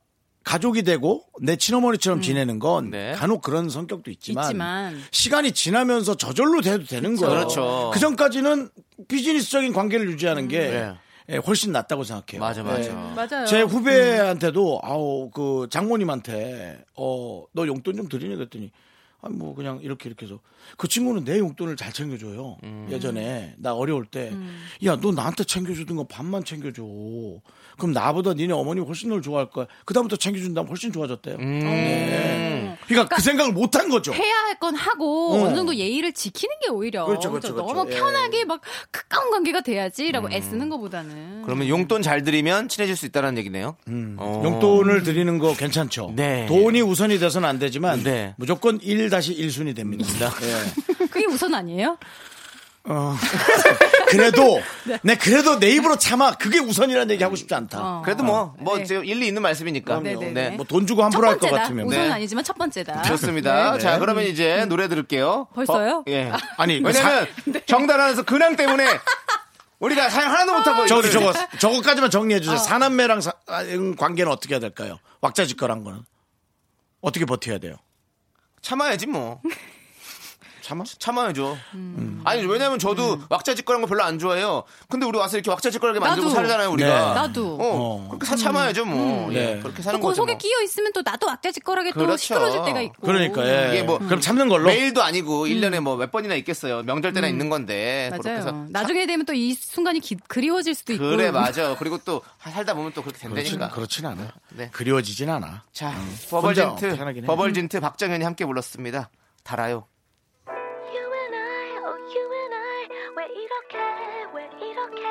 [SPEAKER 1] 가족이 되고 내
[SPEAKER 2] 음.
[SPEAKER 1] 친어머니처럼 지내는 건
[SPEAKER 2] 네.
[SPEAKER 1] 간혹 그런 성격도 있지만,
[SPEAKER 9] 있지만.
[SPEAKER 1] 시간이 지나면서 저절로 돼도 되는
[SPEAKER 2] 그쵸.
[SPEAKER 1] 거예요.
[SPEAKER 2] 그렇죠. 음.
[SPEAKER 1] 전까지는 비즈니스적인 관계를 유지하는 게 예, 훨씬 낫다고 생각해요. 네. 맞아
[SPEAKER 2] 네. 맞아. 맞아요.
[SPEAKER 1] 제 후배한테도 아우 그 장모님한테 어너 용돈 좀 드리냐 그랬더니 아니 뭐 그냥 이렇게 이렇게 해서 그 친구는 내 용돈을 잘 챙겨줘요 예전에 나 어려울 때 야 너 나한테 챙겨주던 거 반만 챙겨줘 그 그럼 나보다 니네 어머니 훨씬 널 좋아할 거야 그다음부터 챙겨준다면 훨씬 좋아졌대요 네. 그러니까 그 생각을 못 한 거죠.
[SPEAKER 9] 해야 할 건 하고
[SPEAKER 2] 음.
[SPEAKER 1] 응.
[SPEAKER 9] 어느 정도 예의를 지키는 게 오히려
[SPEAKER 1] 그렇죠, 그렇죠, 그렇죠.
[SPEAKER 9] 너무
[SPEAKER 2] 예.
[SPEAKER 9] 편하게 막 가까운 관계가
[SPEAKER 2] 음.
[SPEAKER 9] 돼야지라고 애쓰는 것보다는
[SPEAKER 2] 그러면 용돈 잘 드리면 친해질 수 있다는 얘기네요. 어.
[SPEAKER 1] 음. 용돈을 드리는 거 괜찮죠. 돈이 우선이 돼서는 안 되지만 무조건 1-1순위 됩니다. 예.
[SPEAKER 9] 그게 우선 아니에요?
[SPEAKER 1] 어. 그래도
[SPEAKER 2] 네.
[SPEAKER 1] 내 그래도 내 입으로 참아 그게 우선이라는 얘기 하고 싶지 않다.
[SPEAKER 2] 그래도 뭐, 뭐, 지금 일리 있는 말씀이니까.
[SPEAKER 9] 아, 네, 네, 네.
[SPEAKER 1] 뭐 돈 주고 함부로 할 것 같으면. 네.
[SPEAKER 9] 우선은 아니지만 첫 번째다.
[SPEAKER 2] 좋습니다.
[SPEAKER 9] 네.
[SPEAKER 2] 자, 그러면 이제 노래 들을게요.
[SPEAKER 9] 벌써요? 네.
[SPEAKER 2] 어, 예.
[SPEAKER 1] 아니, 그
[SPEAKER 2] 왜냐면 정단 안에서 근황 때문에 우리가 사연 하나도
[SPEAKER 9] 아.
[SPEAKER 2] 못하고.
[SPEAKER 1] 저기
[SPEAKER 2] 이거를-
[SPEAKER 1] 저거 저거까지만 정리해
[SPEAKER 2] 어.
[SPEAKER 1] 주세요. 사남매랑 사- 아, 이런 관계는 어떻게 해야 될까요? 왁자지껄한 거는 어떻게 버텨야 돼요?
[SPEAKER 2] 참아야지 뭐. 참아? 참아야죠.
[SPEAKER 9] 음.
[SPEAKER 1] 음.
[SPEAKER 2] 아니 왜냐면 저도 왁자지껄한 거 별로 안 좋아해요. 근데 우리 와서 이렇게 왁자지껄하게 만들고
[SPEAKER 9] 나도.
[SPEAKER 2] 살잖아요 우리가.
[SPEAKER 9] 네. 나도.
[SPEAKER 2] 어, 그렇게 사 참아야죠 뭐.
[SPEAKER 1] 음.
[SPEAKER 2] 예,
[SPEAKER 1] 네.
[SPEAKER 2] 그렇게
[SPEAKER 9] 또
[SPEAKER 2] 사는
[SPEAKER 9] 그
[SPEAKER 2] 거죠.
[SPEAKER 9] 속에
[SPEAKER 2] 뭐. 그렇죠.
[SPEAKER 9] 끼어 있으면 또 나도 아껴지껄하게 또 시끄러질 때가 있고.
[SPEAKER 1] 그러니까, 예.
[SPEAKER 2] 이게 뭐
[SPEAKER 1] 그럼 참는 걸로?
[SPEAKER 2] 매일도 아니고 1년에 뭐 몇 번이나 있겠어요. 명절 때나 있는 건데.
[SPEAKER 1] 네,
[SPEAKER 2] 그렇게 해서
[SPEAKER 9] 음. 맞아요. 나중에 되면 또 이 순간이 기- 그리워질 수도 있고.
[SPEAKER 2] 그래 맞아. 그리고 또 살다 보면 또 그렇게 된다니까. 네.
[SPEAKER 1] 그렇진 않아. 그리워지진 않아. 음.
[SPEAKER 2] 자,
[SPEAKER 1] 혼자
[SPEAKER 2] 버벌진트,
[SPEAKER 1] 어떻게 하긴 해.
[SPEAKER 2] 버벌진트 박정현이 함께 불렀습니다. 달아요.
[SPEAKER 5] oh, 왜 이렇게 왜 이렇게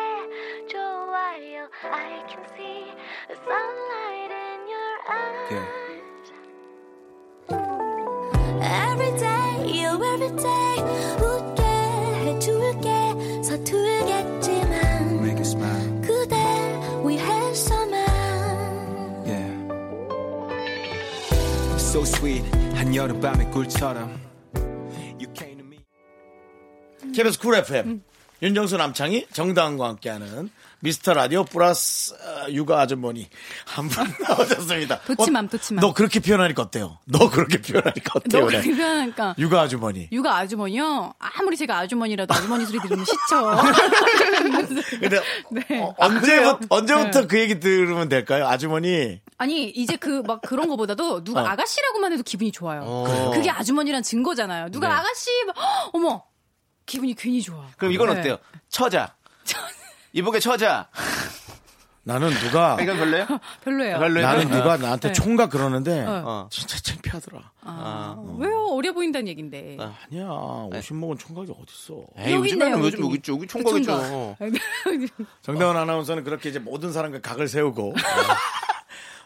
[SPEAKER 5] 좋아요 I can see the sunlight in your eyes
[SPEAKER 4] Every day, you every day 웃게 해줄게 서툴겠지만
[SPEAKER 13] Make it smile.
[SPEAKER 4] 그대 위해서만
[SPEAKER 13] Yeah. So sweet. 한여름밤의 꿀처럼.
[SPEAKER 1] KBS 쿨 FM 윤정수 남창희 정다은과 함께하는 미스터 라디오 플러스 어, 육아 아주머니 한 분 나오셨습니다. 어,
[SPEAKER 9] 도치맘, 도치맘.
[SPEAKER 1] 너 그렇게 표현하니까 어때요? 너 그렇게 표현하니까 어때요?
[SPEAKER 9] 너 그렇게 표현하니까.
[SPEAKER 1] 육아 아주머니.
[SPEAKER 9] 육아 아주머니요? 아무리 제가 아주머니라도 아주머니 소리 들으면 시쳐. 네.
[SPEAKER 1] 근데 어, 언제부터 언제부터 그 얘기 들으면 될까요? 아주머니.
[SPEAKER 9] 아니 이제 그 막 그런 거보다도 누가
[SPEAKER 1] 어.
[SPEAKER 9] 아가씨라고만 해도 기분이 좋아요.
[SPEAKER 1] 어.
[SPEAKER 9] 그게 아주머니란 증거잖아요. 누가
[SPEAKER 2] 네.
[SPEAKER 9] 아가씨 막, "헉, 어머 기분이 괜히 좋아.
[SPEAKER 2] 그럼 이건
[SPEAKER 9] 네.
[SPEAKER 2] 어때요? 처자. 이보게 처자. 아,
[SPEAKER 1] 나는 누가
[SPEAKER 2] 이건 별로예요?
[SPEAKER 9] 별로예요.
[SPEAKER 1] 나는 누가
[SPEAKER 9] 아.
[SPEAKER 1] 나한테
[SPEAKER 9] 네.
[SPEAKER 1] 총각 그러는데 아,
[SPEAKER 9] 어.
[SPEAKER 1] 진짜 창피하더라.
[SPEAKER 9] 아, 왜요? 어려 보인다는 얘긴데.
[SPEAKER 1] 아니야 50먹은 총각이 어딨어?
[SPEAKER 9] 에이, 여기 요즘에는 있네요, 요즘 여기. 여기
[SPEAKER 2] 있죠. 여기
[SPEAKER 9] 그
[SPEAKER 1] 어.
[SPEAKER 9] 총각이죠.
[SPEAKER 1] 정다운 아나운서는 그렇게 이제 모든 사람과 각을 세우고 어.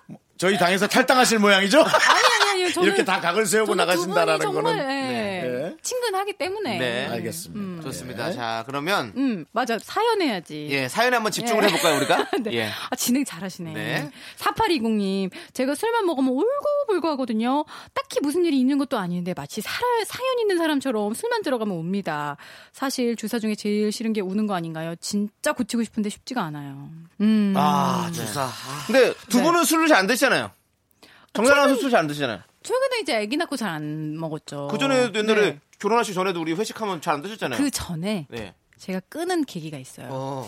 [SPEAKER 1] 뭐, 저희 당에서 탈당하실 모양이죠?
[SPEAKER 9] 아니 아니요. 저는
[SPEAKER 1] 이렇게 다 각을 세우고
[SPEAKER 9] 저는 두
[SPEAKER 1] 나가신다라는
[SPEAKER 9] 분이 정말,
[SPEAKER 1] 거는
[SPEAKER 9] 예,
[SPEAKER 1] 네.
[SPEAKER 9] 친근하기 때문에.
[SPEAKER 2] 네.
[SPEAKER 9] 음.
[SPEAKER 2] 좋습니다. 자, 그러면
[SPEAKER 9] 음, 맞아. 사연해야지.
[SPEAKER 2] 예, 사연에 한번 집중을
[SPEAKER 9] 예.
[SPEAKER 2] 해볼까요, 우리가?
[SPEAKER 9] 네.
[SPEAKER 2] 예.
[SPEAKER 9] 아, 진행 잘하시네.
[SPEAKER 2] 네.
[SPEAKER 9] 4820님, 제가 술만 먹으면 울고불고 하거든요. 딱히 무슨 일이 있는 것도 아닌데 마치 사, 사연 있는 사람처럼 술만 들어가면 옵니다. 사실 주사 중에 제일 싫은 게 우는 거 아닌가요? 진짜 고치고 싶은데 쉽지가 않아요. 음.
[SPEAKER 2] 아, 주사. 아. 근데
[SPEAKER 9] 네.
[SPEAKER 2] 두 분은 술을 잘 안 드시잖아요. 정단한 술 잘 안 드시잖아요.
[SPEAKER 9] 최근에 이제 아기 낳고 잘 안 먹었죠.
[SPEAKER 2] 그 전에도 옛날에
[SPEAKER 9] 네.
[SPEAKER 2] 결혼하시기 전에도 우리 회식하면 잘 안 드셨잖아요.
[SPEAKER 9] 그 전에
[SPEAKER 2] 네.
[SPEAKER 9] 제가 끄는 계기가 있어요.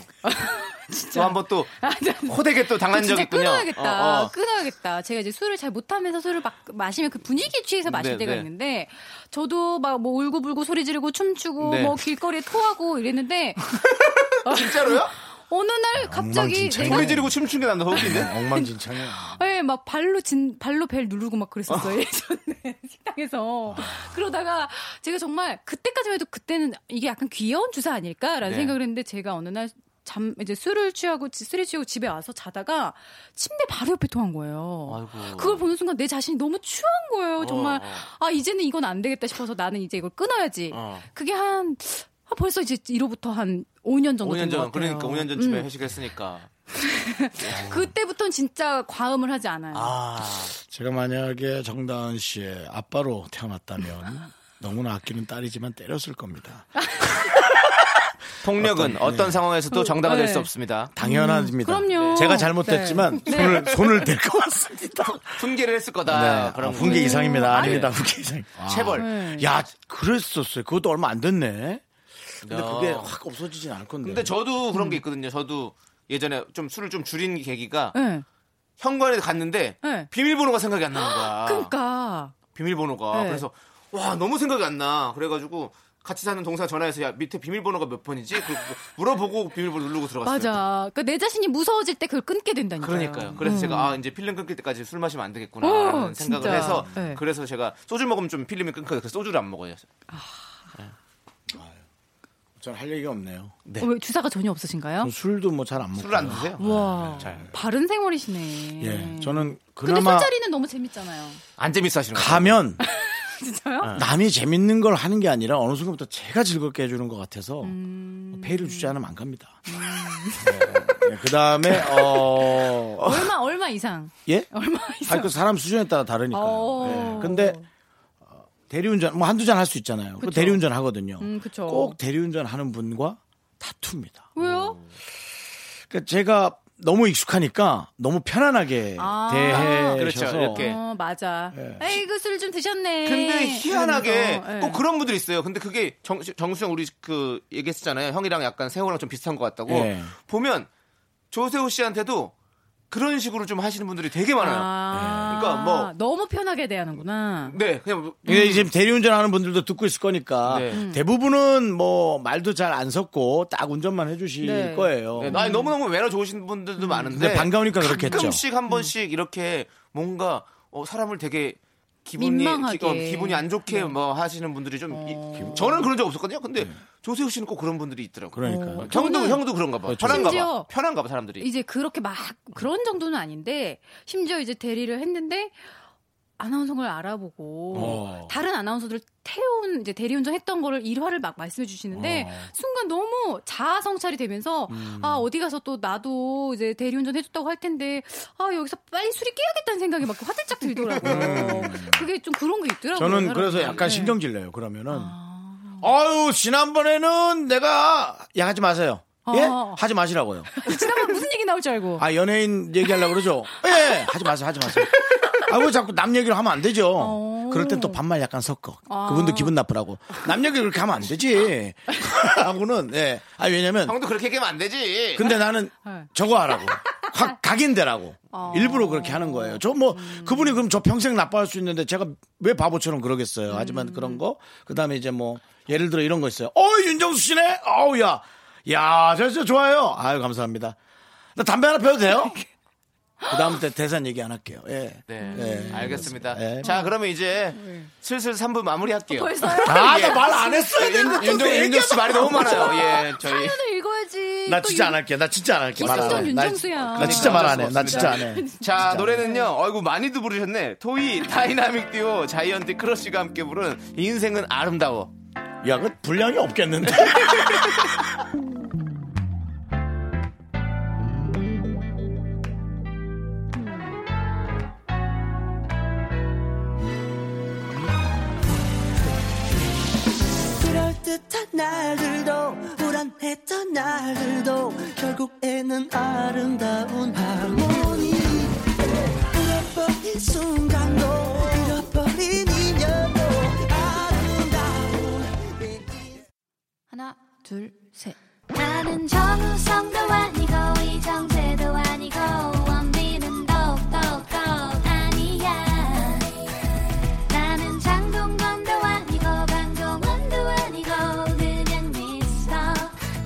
[SPEAKER 2] 또 한번 또
[SPEAKER 9] 아,
[SPEAKER 2] 호되게 또 당한 적이
[SPEAKER 9] 그 진짜
[SPEAKER 2] 있군요.
[SPEAKER 9] 끊어야겠다.
[SPEAKER 2] 어, 어.
[SPEAKER 9] 끊어야겠다. 제가 이제 술을 잘 못하면서 술을 막 마시면 그 분위기에 취해서 마실
[SPEAKER 2] 네,
[SPEAKER 9] 때가
[SPEAKER 2] 네.
[SPEAKER 9] 있는데 저도 막 뭐 울고불고 소리 지르고 춤추고
[SPEAKER 2] 네.
[SPEAKER 9] 뭐 길거리에 토하고 이랬는데
[SPEAKER 2] 진짜로요?
[SPEAKER 9] 어느 날 갑자기
[SPEAKER 2] 엉망진창이네.
[SPEAKER 9] 내가
[SPEAKER 2] 소리 지르고 춤춘 게 난다 호흡인데?
[SPEAKER 1] 어, 엉망진창이야.
[SPEAKER 9] 예, 막 발로 진 발로 벨 누르고 막 그랬었어요. 예전에 식당에서. 그러다가 제가 정말 그때까지만 해도 그때는 이게 약간 귀여운 주사 아닐까라는
[SPEAKER 14] 네.
[SPEAKER 9] 생각을 했는데 제가 어느 날 잠 이제 술을 취하고 지- 술에 취하고 집에 와서 자다가 침대 바로 옆에 토한 거예요. 그걸 보는 순간 내 자신이 너무 추한 거예요. 정말
[SPEAKER 14] 어.
[SPEAKER 9] 아 이제는 이건 안 되겠다 싶어서 나는 이제 이걸 끊어야지.
[SPEAKER 2] 어.
[SPEAKER 9] 그게 한 아, 벌써 이제 이로부터 한 5년 정도
[SPEAKER 2] 5년
[SPEAKER 9] 된것
[SPEAKER 2] 전,
[SPEAKER 9] 같아요.
[SPEAKER 2] 그러니까 5년 전쯤에
[SPEAKER 9] 음.
[SPEAKER 2] 회식했으니까.
[SPEAKER 9] 그때부터는 진짜 과음을 하지 않아요.
[SPEAKER 1] 제가 만약에 정다은 씨의 아빠로 태어났다면 너무나 아끼는 딸이지만 때렸을 겁니다.
[SPEAKER 2] 폭력은 어떤,
[SPEAKER 1] 네.
[SPEAKER 9] 음,
[SPEAKER 2] 상황에서도 정당화 될
[SPEAKER 1] 네.
[SPEAKER 2] 수 없습니다.
[SPEAKER 1] 당연합니다.
[SPEAKER 9] 그럼요.
[SPEAKER 1] 제가 잘못됐지만
[SPEAKER 9] 네.
[SPEAKER 1] 손을
[SPEAKER 9] 네.
[SPEAKER 1] 손을 댈 것 같습니다.
[SPEAKER 2] 훈계를 했을 거다.
[SPEAKER 1] 네.
[SPEAKER 2] 그런
[SPEAKER 1] 아, 훈계
[SPEAKER 2] 거.
[SPEAKER 1] 이상입니다.
[SPEAKER 2] 네.
[SPEAKER 1] 아닙니다. 훈계 이상.
[SPEAKER 2] 체벌.
[SPEAKER 1] 아. 야, 그랬었어요. 그것도 얼마 안 됐네. 근데
[SPEAKER 2] 야.
[SPEAKER 1] 그게 확 없어지진 않을 건데.
[SPEAKER 2] 근데 저도 그런 게 있거든요. 저도 예전에 좀 술을 좀 줄인 계기가
[SPEAKER 9] 네.
[SPEAKER 2] 현관에 갔는데
[SPEAKER 9] 네.
[SPEAKER 2] 비밀번호가 생각이 안 나는 거야.
[SPEAKER 9] 그러니까
[SPEAKER 2] 비밀번호가
[SPEAKER 9] 네.
[SPEAKER 2] 그래서 와 너무 생각이 안 나. 그래가지고 같이 사는 동생 전화해서 야 밑에 비밀번호가 몇 번이지? 그거 물어보고 비밀번호 누르고 들어갔어요.
[SPEAKER 9] 맞아. 그러니까 내 자신이 무서워질 때 그걸 끊게 네. 된다니까.
[SPEAKER 2] 그러니까요. 그래서 제가 아 이제 필름 끊길 때까지 술 마시면 안 되겠구나
[SPEAKER 9] 음. 어,
[SPEAKER 2] 라는 생각을
[SPEAKER 9] 진짜.
[SPEAKER 2] 해서
[SPEAKER 9] 네.
[SPEAKER 2] 그래서 제가 소주 먹으면 좀 필름이 끊겨요. 그래서 소주를 안 먹어요.
[SPEAKER 1] 전할 얘기가 없네요.
[SPEAKER 9] 어, 왜 주사가 전혀 없으신가요?
[SPEAKER 1] 술도 뭐 잘 안 먹고.
[SPEAKER 2] 술을 안 드세요? 음.
[SPEAKER 9] 와.
[SPEAKER 2] 네,
[SPEAKER 1] 잘.
[SPEAKER 9] 바른 생활이시네.
[SPEAKER 1] 예. 저는
[SPEAKER 9] 근데
[SPEAKER 1] 그나마
[SPEAKER 2] 네.
[SPEAKER 9] 술자리는 너무 재밌잖아요.
[SPEAKER 2] 안 재밌어 하시는
[SPEAKER 1] 가면
[SPEAKER 2] 네.
[SPEAKER 9] 진짜요?
[SPEAKER 2] 아.
[SPEAKER 1] 남이 재밌는 걸 하는 게 아니라 어느 순간부터 제가 즐겁게 해주는 것 같아서
[SPEAKER 2] 음.
[SPEAKER 1] 뭐 페이를 주지 않으면 안 갑니다. 그 다음에 어
[SPEAKER 9] 얼마 얼마 이상.
[SPEAKER 1] 예?
[SPEAKER 9] 얼마 이상.
[SPEAKER 1] 아니, 그 사람 수준에 따라 다르니까요.
[SPEAKER 9] 어.
[SPEAKER 1] 예. 근데 어, 대리운전 뭐 한두 잔 할 수 있잖아요. 그
[SPEAKER 9] 그쵸.
[SPEAKER 1] 대리운전 하거든요.
[SPEAKER 9] 음, 그쵸.
[SPEAKER 1] 꼭 대리운전 하는 분과 다툽니다.
[SPEAKER 9] 왜요?
[SPEAKER 1] 그러니까 제가 너무 익숙하니까 너무 편안하게
[SPEAKER 9] 아.
[SPEAKER 1] 대해
[SPEAKER 2] 그렇죠,
[SPEAKER 1] 주셔서
[SPEAKER 2] 이렇게.
[SPEAKER 9] 어, 맞아. 에이그 술 좀 드셨네.
[SPEAKER 2] 예. 근데 희한하게
[SPEAKER 9] 이러면서, 예.
[SPEAKER 2] 꼭 그런 분들이 있어요. 근데 그게 정, 정수영 우리 그 얘기했잖아요. 형이랑 약간 세호랑 좀 비슷한 것 같다고.
[SPEAKER 1] 예.
[SPEAKER 2] 보면 조세호 씨한테도 그런 식으로 좀 하시는 분들이 되게 많아요.
[SPEAKER 9] 아,
[SPEAKER 2] 그러니까 뭐-
[SPEAKER 9] 너무 편하게 대하는구나.
[SPEAKER 2] 네, 그냥 뭐-
[SPEAKER 1] 근데
[SPEAKER 9] 음.
[SPEAKER 1] 이제 대리운전 하는 분들도 듣고 있을 거니까
[SPEAKER 2] 음.
[SPEAKER 1] 대부분은 뭐 말도 잘 안 섞고 딱 운전만 해주실
[SPEAKER 2] 네.
[SPEAKER 1] 거예요.
[SPEAKER 2] 네, 아니, 너무너무 매너 좋으신 분들도 많은데
[SPEAKER 1] 음. 근데 반가우니까 그렇겠죠.
[SPEAKER 2] 가끔씩 한 번씩 이렇게 뭔가 어, 사람을 되게 기분이
[SPEAKER 1] 민망하게.
[SPEAKER 2] 기, 어, 기분이 안 좋게 뭐 하시는 분들이 좀 이- 저는 그런 적 없었거든요. 근데 조세호 씨는 꼭 그런 분들이 있더라고요.
[SPEAKER 1] 네. 그러니까요.
[SPEAKER 2] 어, 형도 형도 그런가 봐.
[SPEAKER 1] 그렇죠.
[SPEAKER 2] 편한가 봐.
[SPEAKER 9] 심지어
[SPEAKER 2] 편한가 봐 사람들이.
[SPEAKER 9] 이제 그렇게 막 그런 정도는 아닌데 심지어 이제 대리를 했는데 아나운서를 알아보고
[SPEAKER 2] 어.
[SPEAKER 9] 다른 아나운서들 태운 이제 대리운전 했던 거를 일화를 막 말씀해 주시는데
[SPEAKER 1] 어.
[SPEAKER 9] 순간 너무 자아 성찰이 되면서
[SPEAKER 1] 음.
[SPEAKER 9] 아 어디 가서 또 나도 이제 대리운전 해줬다고 할 텐데 아 여기서 빨리 술이 깨야겠다는 생각이 막 화들짝 들더라고요. 그게 좀 그런 게 있더라고요.
[SPEAKER 1] 음. 저는 그래서
[SPEAKER 9] 사람들이.
[SPEAKER 1] 약간
[SPEAKER 9] 네. 아.
[SPEAKER 1] 신경질 내요. 그러면은 아유 지난번에는 내가 야 하지 마세요. 예?
[SPEAKER 9] 어.
[SPEAKER 1] 하지 마시라고요.
[SPEAKER 9] 지난번 무슨 얘기 나올 줄 알고.
[SPEAKER 1] 아 연예인 얘기하려고 그러죠. 예 하지 마세요. 하지 마세요. 아왜 자꾸 남 얘기를 하면 안 되죠. 그럴 땐 또 반말 약간 섞어.
[SPEAKER 9] 어. 아.
[SPEAKER 1] 그분도 기분 나쁘라고. 남 얘기 그렇게 하면 안 되지. 하고는 예. 아 왜냐면
[SPEAKER 2] 형도 그렇게 얘기하면 안 되지.
[SPEAKER 1] 근데 나는
[SPEAKER 2] 네.
[SPEAKER 1] 저거 하라고. 확 각인되라고.
[SPEAKER 2] 어.
[SPEAKER 1] 일부러 그렇게 하는 거예요. 저 뭐 그분이 그럼 저 평생 나빠할 수 있는데 제가 왜 바보처럼 그러겠어요. 하지만 그런 거. 그다음에 이제 뭐 예를 들어 이런 거 있어요. 어 윤정수 씨네. 어우 야. 야, 저 진짜 좋아요. 아유 감사합니다. 나 담배 하나 펴도 돼요? 그다음 때 대산 얘기 안 할게요. 예.
[SPEAKER 2] 네,
[SPEAKER 1] 예,
[SPEAKER 2] 알겠습니다.
[SPEAKER 1] 예.
[SPEAKER 2] 자, 그러면 이제 슬슬 3부 마무리할게요. 예.
[SPEAKER 9] 벌써요?
[SPEAKER 1] 네. 아, 나말안 했어야
[SPEAKER 2] 윤-
[SPEAKER 1] 되는데
[SPEAKER 2] 윤정,
[SPEAKER 1] 또
[SPEAKER 2] 윤정 씨
[SPEAKER 1] 얘기하다
[SPEAKER 2] 말이 너무 많아요. 예, 저희.
[SPEAKER 9] 사연을 읽어야지.
[SPEAKER 1] 나
[SPEAKER 9] 또
[SPEAKER 1] 진짜
[SPEAKER 9] 윤-
[SPEAKER 1] 안 할게. 나 진짜 안 할게. 말안
[SPEAKER 9] 기승전
[SPEAKER 1] 해. 나,
[SPEAKER 9] 윤정수야.
[SPEAKER 1] 나 진짜 말 안 해. 나 진짜 안 해.
[SPEAKER 2] 자, 노래는요. 아이고 많이도 부르셨네. 토이 다이나믹 듀오 자이언트 크러쉬가 함께 부른 인생은 아름다워.
[SPEAKER 1] 야, 그 분량이 없겠는데.
[SPEAKER 14] 그럴듯한 날들도 불안했던 날들도 결국에는 아름다운 하모니 잃어버린 순간도 잃어버린 인연도 아름다운
[SPEAKER 9] 하나, 둘, 셋.
[SPEAKER 5] 나는 정우성도 아니고 이정재도 아니고 원빈은 더욱더 아니야 나는 장동건도 아니고 강동원도 아니고 그냥 미스터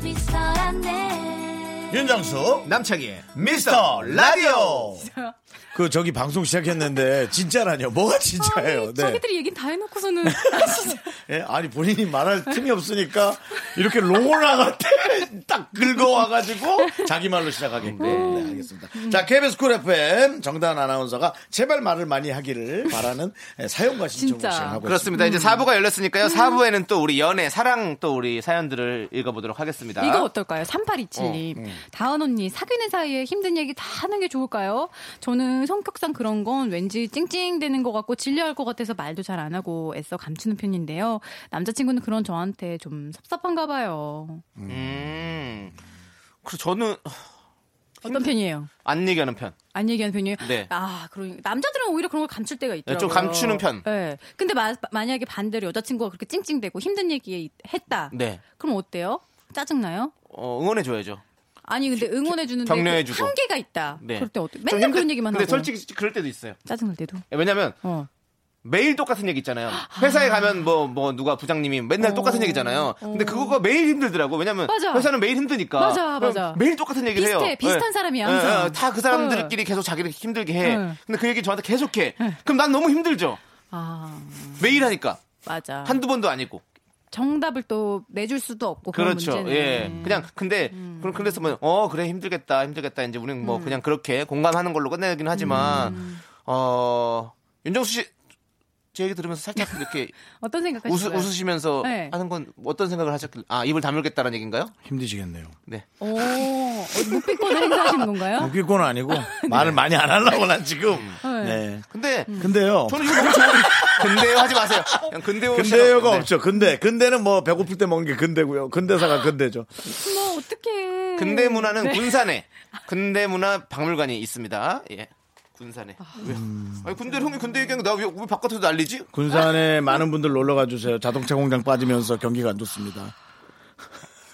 [SPEAKER 5] 미스터란데
[SPEAKER 1] 윤정수
[SPEAKER 2] 남창희의
[SPEAKER 1] 미스터 라디오 그 저기 방송 시작했는데 진짜라뇨 뭐가
[SPEAKER 2] 어,
[SPEAKER 1] 진짜예요 네.
[SPEAKER 9] 자기들이 얘긴 다 해놓고서는 아, 진짜.
[SPEAKER 1] 예, 아니 본인이 말할 틈이 없으니까 이렇게 롱홀라한테 딱 긁어와가지고 자기 말로 시작하게 네, 네 알겠습니다 자 KBS 쿨 FM 정다은 아나운서가 제발 말을 많이 하기를 바라는 예, 사연과 신청을 시작하고
[SPEAKER 2] 그렇습니다. 이제 4부가 열렸으니까요. 4부에는 또 우리 연애, 사랑 또 우리 사연들을 읽어보도록 하겠습니다.
[SPEAKER 9] 이거 어떨까요? 3827님.
[SPEAKER 2] 어, 음.
[SPEAKER 9] 다은 언니, 사귀는 사이에 힘든 얘기 다 하는 게 좋을까요? 저는 성격상 그런 건 왠지 찡찡대는 것 같고 질려할 것 같아서 말도 잘 안 하고 애써 감추는 편인데요. 남자친구는 그런 저한테 좀 섭섭한가 봐요.
[SPEAKER 2] 음. 그래서 저는
[SPEAKER 9] 어떤 편이에요?
[SPEAKER 2] 안 얘기하는 편.
[SPEAKER 9] 안 얘기하는 편이에요?
[SPEAKER 2] 네.
[SPEAKER 9] 아, 그러니 남자들은 오히려 그런 걸 감출 때가 있더라고요.
[SPEAKER 2] 좀 감추는 편.
[SPEAKER 9] 네. 근데 마- 만약에 반대로 여자친구가 그렇게 찡찡대고 힘든 얘기 했다.
[SPEAKER 2] 네.
[SPEAKER 9] 그럼 어때요? 짜증나요?
[SPEAKER 2] 어, 응원해줘야죠.
[SPEAKER 9] 아니 근데 응원해 주는데 그
[SPEAKER 2] 격려해주고.
[SPEAKER 9] 한계가 있다.
[SPEAKER 2] 네.
[SPEAKER 9] 그럴 때 어때?
[SPEAKER 2] 좀
[SPEAKER 9] 맨날
[SPEAKER 2] 힘들-
[SPEAKER 9] 그런 얘기만
[SPEAKER 2] 근데
[SPEAKER 9] 하고.
[SPEAKER 2] 솔직히 그럴 때도 있어요.
[SPEAKER 9] 짜증날 때도.
[SPEAKER 2] 왜냐면 매일 똑같은 얘기 있잖아요. 회사에 가면 뭐 뭐 누가 부장님이 맨날 똑같은 얘기잖아요. 근데 그거가 매일 힘들더라고. 왜냐면
[SPEAKER 9] 어. 맞아.
[SPEAKER 2] 회사는 매일 힘드니까.
[SPEAKER 9] 맞아, 맞아.
[SPEAKER 2] 매일 똑같은 얘기를
[SPEAKER 9] 비슷해,
[SPEAKER 2] 해요.
[SPEAKER 9] 비슷한
[SPEAKER 2] 예. 예,
[SPEAKER 9] 사람이야,
[SPEAKER 2] 예.
[SPEAKER 9] 항상. 어.
[SPEAKER 2] 다 그 사람들끼리 계속 자기를 힘들게 해.
[SPEAKER 9] 응.
[SPEAKER 2] 근데 그 얘기 저한테 계속 해.
[SPEAKER 9] 어.
[SPEAKER 2] 그럼 난 너무 힘들죠.
[SPEAKER 9] 아,
[SPEAKER 2] 매일 하니까.
[SPEAKER 9] 맞아.
[SPEAKER 2] 한두 번도 아니고.
[SPEAKER 9] 정답을 또 내줄 수도 없고 그런
[SPEAKER 2] 그렇죠.
[SPEAKER 9] 문제는. 음.
[SPEAKER 2] 예. 그냥 근데 그럼 그래서 뭐어 그래 힘들겠다 힘들겠다 이제 우리는
[SPEAKER 9] 음.
[SPEAKER 2] 뭐 그냥 그렇게 공감하는 걸로 끝내긴 하지만 어 윤정수 씨 제 얘기 들으면서 살짝 이렇게
[SPEAKER 9] 어떤
[SPEAKER 2] 웃으,
[SPEAKER 9] 생각하시나요?
[SPEAKER 2] 시면서
[SPEAKER 9] 네.
[SPEAKER 2] 하는 건 어떤 생각을 하셨길 아 입을 다물겠다는 얘기인가요?
[SPEAKER 1] 힘드시겠네요.
[SPEAKER 2] 네.
[SPEAKER 9] 오, 어, 묵비권을 행사하시는
[SPEAKER 2] 음.
[SPEAKER 9] 건가요?
[SPEAKER 1] 웃기고는 아니고 말을 많이 안 하려고 난 지금.
[SPEAKER 9] 네.
[SPEAKER 1] 어? 네.
[SPEAKER 2] 근데 그,
[SPEAKER 1] 근데요.
[SPEAKER 2] 저는 이거 너무 좋은 근데요 하지 마세요. 그냥 근데요.
[SPEAKER 1] 근데요가 없죠.
[SPEAKER 2] 네.
[SPEAKER 1] 근데 근데는 뭐 배고플 때 먹는 게 근데고요. 근대사가 근대죠.
[SPEAKER 9] 뭐 어떻게?
[SPEAKER 2] 네. 근대
[SPEAKER 9] 네.
[SPEAKER 2] 문화는 군산에 근대 문화 박물관이 있습니다. 예. 군산에. 왜요? 아니 군대 형이 근대 얘기하는 나왜 왜 바깥에서 난리지?
[SPEAKER 1] 군산에 많은 분들 놀러 가 주세요. 자동차 공장 빠지면서 경기가 안 좋습니다.